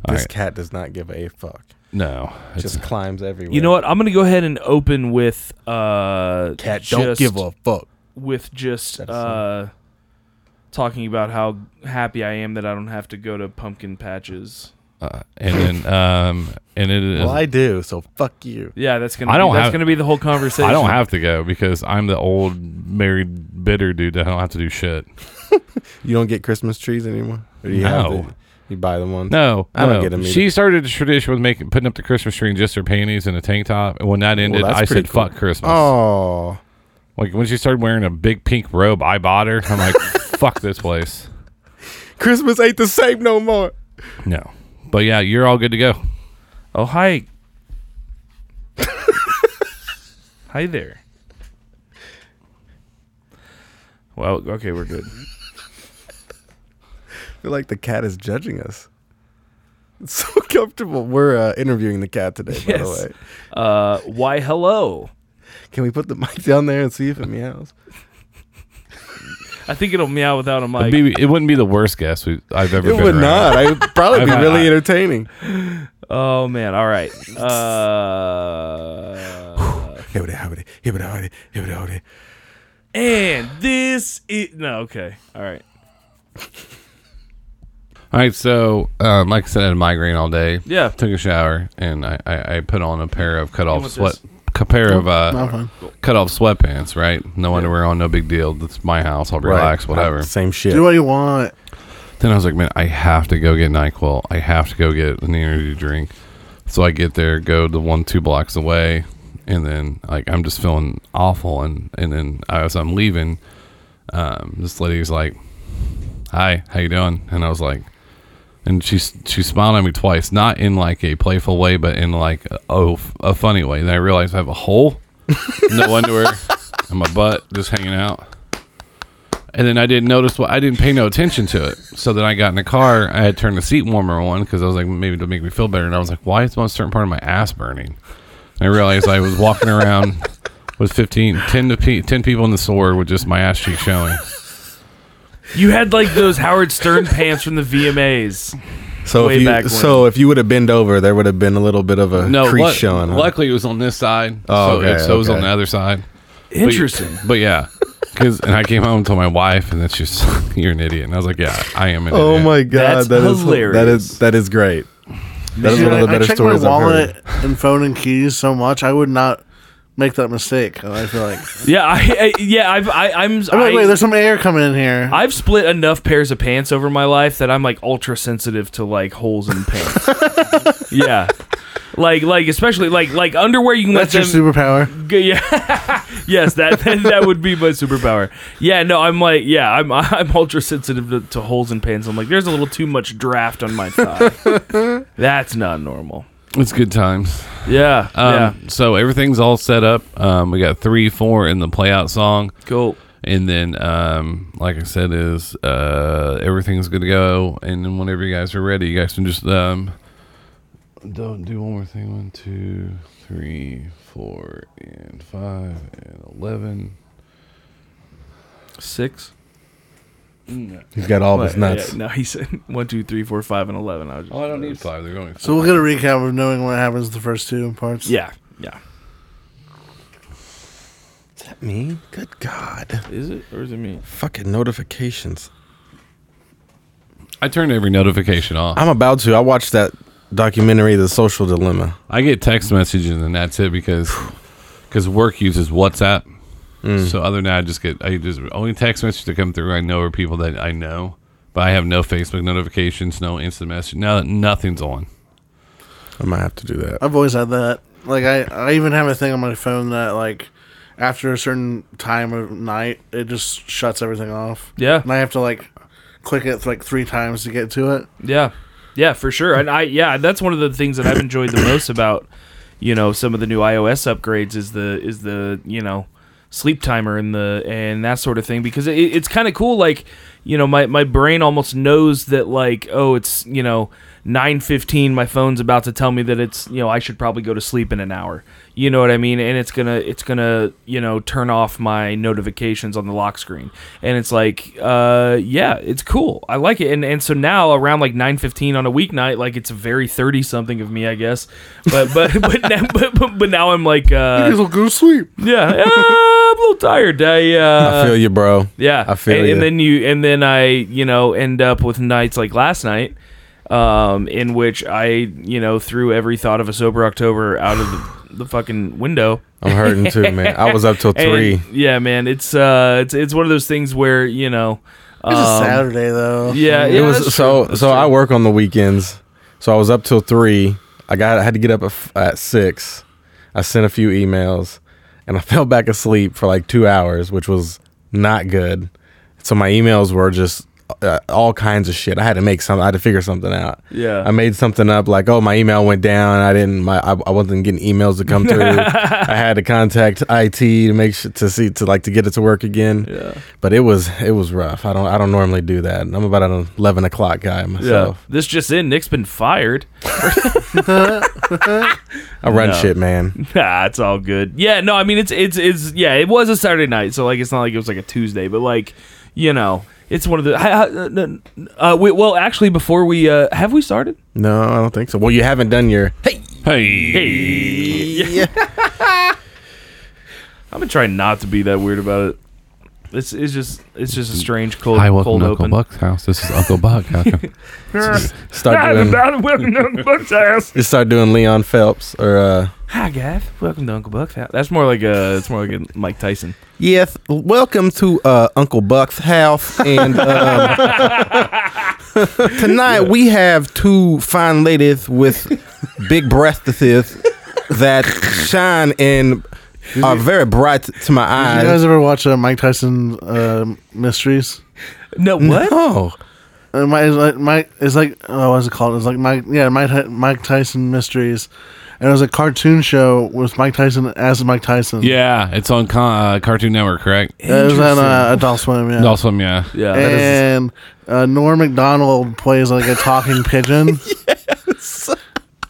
All
This
right.
cat does not give a fuck.
No. it's-
Just climbs everywhere.
You know what? I'm gonna go ahead and open with uh,
Cat
just,
don't give a fuck.
with just
That's,
uh, talking about how happy I am that I don't have to go to pumpkin patches.
Uh, and then um, and it is.
Well, I do, so fuck you.
Yeah, that's gonna.
I don't
be, that's
have-
gonna be the whole conversation.
I don't have to go because I'm the old married bitter dude that I don't have to do shit.
You don't get Christmas trees anymore? Or do you
No.
the- you buy the ones?
No,
I don't
no.
get 'em either.
She started a tradition with making putting up the Christmas tree in just her panties and a tank top. And when that ended,
that's
I
pretty
said,
cool.
"Fuck Christmas."
Oh.
Like when she started wearing a big pink robe, I bought her.
[LAUGHS]
I'm like, "Fuck this place."
Christmas ain't the same no more.
No, but yeah, you're all good to go.
Oh hi. hi there. Well, okay, we're good.
I feel like the cat is judging us. It's so [LAUGHS] comfortable. We're uh, interviewing the cat today, by
Yes.
the way.
Uh, why hello?
Can we put the [LAUGHS] mic down there and see if it meows?
I think it'll meow without a mic.
It'd be- it wouldn't be the worst guest we, I've ever
It
been.
would
around.
not. I would probably be
I've-
really
I-
entertaining.
Oh man! All right. Uh, and this is no okay. All right.
All right, so um, like I said, I had a migraine all day.
Yeah.
took a shower and I, I, I put on a pair of cut
You
off
want
sweat,
this?
a pair of uh,
Oh, fine.
cut off sweatpants. Right, no underwear on, no big deal. That's my house. I'll relax, whatever.
Same shit.
Do what you want.
Then I was like, man, I have to go get NyQuil. I have to go get an energy drink. So I get there, go the one, two blocks away, and then like I'm just feeling awful. And and then as I'm leaving, um, this lady's like, "Hi, how you doing?" And I was like, and she s- she smiled at me twice, not in like a playful way, but in like a, oh f- a funny way. And I realized I have a hole, no underwear, and my butt just hanging out. And then I didn't notice what I didn't pay no attention to it. So then I got in the car. I had turned the seat warmer on because I was like, maybe it'll make me feel better. And I was like, why is one certain part of my ass burning? And I realized I was
[LAUGHS]
walking around with 15, 10, to pe- 10 people in the store with just my ass cheek showing.
You had like those Howard Stern pants from the VMAs.
So
Way
if you
back when.
so if you would have bent over, there would have been a little bit of a
No,
crease
luck-
showing. huh?
luckily it was on this side.
Oh,
so,
okay,
it, so it was
okay.
on the other side. But-
Interesting.
But, yeah, because and I came home and told my wife, and then she's [LAUGHS] you're an idiot, and I was like, yeah, I am an idiot.
Oh my
That's
god, that is that
hilarious.
is that is great. That is one of
I-
the better
I check
stories
my
I've
wallet
heard.
and phone and keys so much. I would not make that mistake. I feel like
Yeah, I, I yeah, I've, I, I'm.
I'm like,
I-
wait, there's some air coming in here.
I've split enough pairs of pants over my life that I'm like ultra sensitive to like holes in pants. [LAUGHS] yeah. Like like especially like like underwear you can
That's your
let them
superpower.
g- yeah. [LAUGHS] yes, that, that that would be my superpower. Yeah, no, I'm like yeah, I'm [LAUGHS] I'm ultra sensitive to, to holes in pants. I'm like there's a little too much draft on my thigh.
[LAUGHS]
That's not normal.
It's good times.
Yeah.
Um,
yeah.
So everything's all set up. Um, we got three, four in the playout song,
Cool.
and then um, like I said, is uh, everything's good to go. And then whenever you guys are ready, you guys can just um, don't do one more thing. One, two, three, four, and five, and eleven.
6
He's got all of his
But, yeah,
nuts.
no, he said [LAUGHS] one, two, three, four, five, and 11. I was just,
Oh, I don't need five. They're going.
So we'll get a recap of knowing what happens the first two parts.
Yeah. Yeah.
Me? Good God.
Is it or is it me?
Fucking notifications.
I turned every notification off.
I'm about to. I watched that documentary, The Social Dilemma.
I get text messages and that's it because because work uses WhatsApp.
Mm.
So other than that, I just get I just only text messages that come through. I know are people that I know, but I have no Facebook notifications, no instant message, no nothing's on.
I might have to do that.
I've always had that. Like I, I even have a thing on my phone that like after a certain time of night, it just shuts everything off.
Yeah.
And I have to like click it like three times to get to it.
Yeah, yeah, for sure. And I, yeah, that's one of the things that I've enjoyed the most about, you know, some of the new iOS upgrades is the is the you know sleep timer and the and that sort of thing because it, it's kind of cool. Like, you know, my my brain almost knows that like, oh, it's you know. 9:15 my phone's about to tell me that it's you know I should probably go to sleep in an hour. You know what I mean? And it's going to it's going to, you know, turn off my notifications on the lock screen. And it's like uh yeah, it's cool. I like it. And and so now around like 9:15 on a weeknight, like it's very 30 something of me, I guess. [LAUGHS] But but but, now, but but but now I'm like uh
[LAUGHS]
Guys will go to sleep.
yeah, uh, little tired. I uh,
I feel you, bro.
Yeah,
I feel
and,
you.
and then you, and then I, you know, end up with nights like last night, um, in which I, you know, threw every thought of a sober October out of
[SIGHS]
the, the fucking window.
I'm hurting too, man. I was up till
[LAUGHS] And-
three.
yeah, man, it's uh, it's it's one of those things where you know,
It's a
um,
Saturday though.
Yeah, yeah,
it
that's
was
true,
so
that's
so
true.
I work on the weekends. So I was up till three. I got I had to get up at, f- at six. I sent a few emails, and I [LAUGHS] fell back asleep for like two hours, which was not good. So my emails were just uh, all kinds of shit. I had to make some. I had to figure something out.
Yeah.
I made something up like, oh, my email went down. I didn't. My I, I wasn't getting emails to come
[LAUGHS]
through. I had to contact IT to make sure to see to like to get it to work again.
Yeah.
But it was it was rough. I don't I don't normally do that. I'm about an eleven o'clock guy
Yeah,
myself.
this just in, Nick's been fired.
I run
No. [LAUGHS]
shit, man.
Nah, it's all good. Yeah, no, I mean it's it's it's yeah, it was a Saturday night, so like it's not like it was like a Tuesday, but like you know, it's one of the. I- I- Uh, uh, we, well, actually, before we uh, have we started?
No, I don't think so. Well, you haven't done your.
Hey.
[LAUGHS] I've been trying not to be that weird about it. It's it's just it's just a strange cold
Hi, welcome
cold
to Uncle
open. [LAUGHS]
Buck's house. This is Uncle [LAUGHS] Buck. How come-
Start doing.
welcome to Uncle Buck's house.
Just start doing Leon Phelps or uh.
Hi, Gav. Welcome to Uncle Buck's house. That's more like a it's more like a Mike Tyson.
Yes, welcome to uh, Uncle Buck's house, and um, [LAUGHS] tonight we have two fine ladies with big breasts that shine and are very bright to my
Did
eyes.
you guys ever watch uh, Mike Tyson uh, mysteries?
No, what?
oh,
Uh, Mike, it's like, Mike, it's like oh, what's it called? It's like Mike, yeah, Mike, Ty- Mike Tyson mysteries, and it was a cartoon show with Mike Tyson as Mike Tyson.
[LAUGHS] yeah, it's on Con- uh, Cartoon Network, correct?
Uh, it was on uh, Adult Swim. Yeah,
Also, yeah.
Yeah, that is-
Eh,
and uh, Norm Macdonald plays like a talking
[LAUGHS]
pigeon.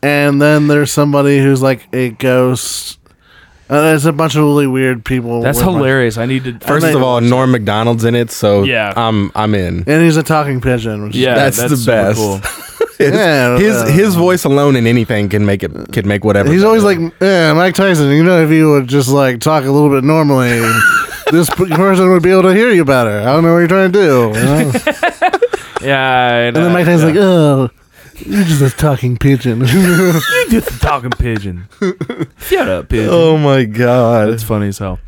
And then there's somebody who's like a ghost. Uh, there's a bunch of really weird people.
that's
with, like-
hilarious. I need to
first of all, Norm Macdonald's in it, so
Yeah.
I'm I'm in.
and he's a talking pigeon. Which
Yeah,
That's
that's,
the
super
best.
Cool. [LAUGHS]
yeah.
His
uh,
his voice alone in anything can make it can make whatever.
He's always like, yeah, Mike Tyson. You know, if you would just like talk a little bit
[LAUGHS]
normally, this p- person would be able to hear you better. I don't know what you're trying to do. you know?
Yeah,
And then Mike
[LAUGHS]
Tyson's like, oh, you're just a talking pigeon.
Just a talking pigeon. Shut up, pigeon.
oh my god.
That's funny as hell.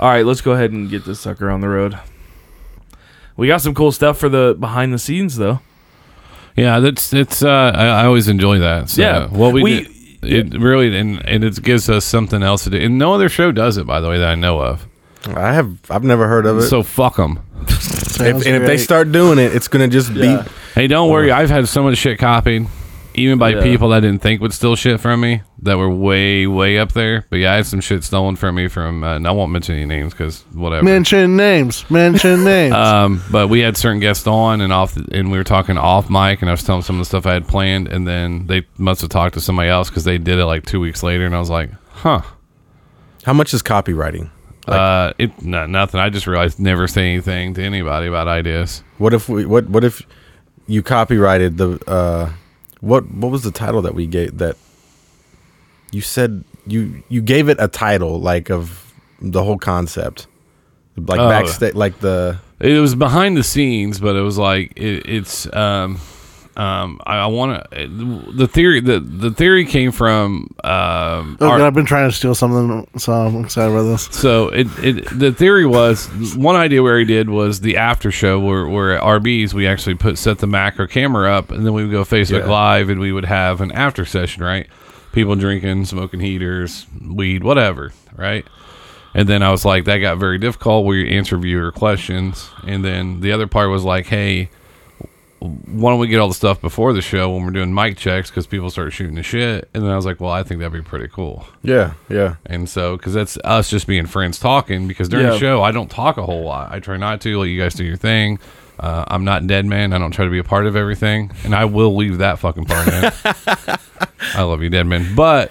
All right, let's go ahead and get this sucker on the road. We got some cool stuff for the behind the scenes, though.
Yeah, that's it's. Uh, I, I always enjoy that. So,
Yeah.
what we,
We-
do- it really and, and it gives us something else to do. And no other show does it, by the way, that I know of.
I have I've never heard of it.
So fuck them.
if, and if they start doing it, it's gonna just be
Hey, don't worry. I've had so much shit copied, even by
Yeah.
people I didn't think would steal shit from me that were way, way up there. But yeah, I had some shit stolen from me from, uh, and I won't mention any names because whatever.
mention names,
[LAUGHS]
mention names.
Um, but we had certain guests on and off, and we were talking off mic, and I was telling some of the stuff I had planned, and then they must have talked to somebody else because they did it like two weeks later, and I was like, huh.
how much is copywriting?
uh, it no, nothing. I just realized never say anything to anybody about ideas.
What if we what what if you copyrighted the uh what what was the title that we gave that you said you you gave it a title like of the whole concept like
Oh.
backstage like the
It was behind the scenes, but it was like it, it's. Um, um, I, I want to. The theory the the theory came from um,
oh,
our-
God, I've been trying to steal something, so I'm excited about this.
So it, it the theory was one idea where he did was the after show where, where at RB's we actually put set the macro camera up and then we would go Facebook
Yeah.
Live and we would have an after session, right? People drinking, smoking heaters, weed, whatever, right? And then I was like, that got very difficult. We answer viewer questions, and then the other part was like, hey, why don't we get all the stuff before the show when we're doing mic checks because people start shooting the shit? And then I was like, well, I think that'd be pretty cool.
yeah yeah
And so, because that's us just being friends talking, because during
Yeah.
the show, I don't talk a whole lot. I try not to. Let you guys do your thing. Uh, I'm not dead man. I don't try to be a part of everything. And I will leave that fucking part in. I love you, dead man. But.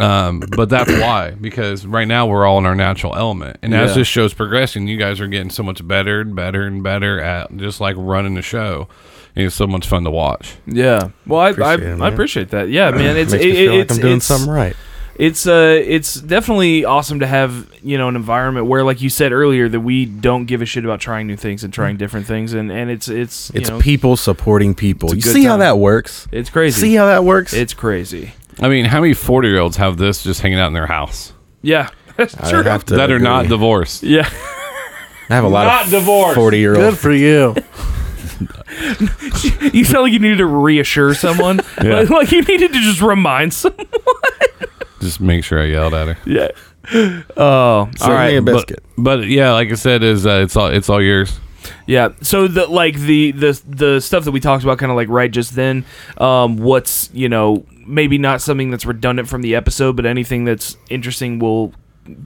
Um, but that's why, because right now we're all in our natural element, and as
Yeah.
this show's progressing, you guys are getting so much better and better and better at just like running the show. And it's so much fun to watch.
Yeah. Well, I I,
Appreciate it,
I
man.
appreciate that. Yeah, man. It's
makes
it,
me feel
it's
like I'm doing
it's,
something right.
it's uh, it's definitely awesome to have you know an environment where, like you said earlier, that we don't give a shit about trying new things and trying different things, and and it's it's
Mm. It's
you know,
people supporting people. You
It's a good
see how
time.
that works?
it's crazy.
See uh, how that works?
it's crazy.
I mean, how many 40 year olds have this just hanging out in their house
Yeah, [LAUGHS] that's
I
true.
have to
that are not
agree.
divorced?
Yeah,
I have a lot
not
of
divorced.
Good
40-year-old
for you.
you sound like you needed to reassure someone. [LAUGHS]
Yeah.
like, like you needed to just remind someone.
Just make sure I yelled at her.
Yeah. Oh, all
me
right.
a biscuit.
But yeah, like I said, is uh, it's all it's all yours.
Yeah. So the like the the the stuff that we talked about, kind of like right just then, um, what's you know maybe not something that's redundant from the episode, but anything that's interesting will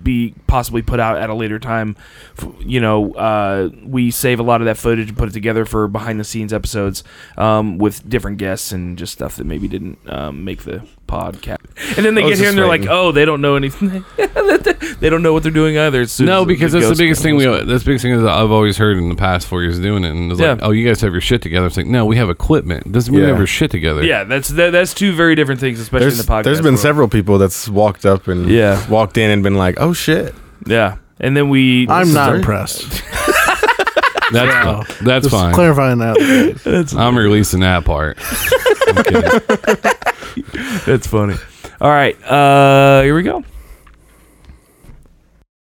be possibly put out at a later time. F- You know, uh, we save a lot of that footage and put it together for behind the scenes episodes um, with different guests and just stuff that maybe didn't um, make the podcast. And then they
I was
get here and
just
they're
waiting.
like, oh, they don't know anything. [LAUGHS] they don't know what they're doing either. As soon
No,
as
because that's the
ghost
biggest thing
comes.
we that's the biggest thing that I've always heard in the past four years doing it. And it's like,
Yeah.
oh, you guys have your shit together. It's like, no, we have equipment. Doesn't mean we
Yeah.
have our shit together.
Yeah, that's that, that's two very different things, especially
There's,
in the podcast.
there's been
world.
several people that's walked up and
Yeah.
walked in and been like, "Oh shit."
Yeah, and then we.
I'm
[LAUGHS]
not
very-
impressed.
that's fi- that's
Just
fine.
clarifying that.
I'm releasing
[LAUGHS]
that part. I'm kidding.
That's funny. All right, uh, here we go.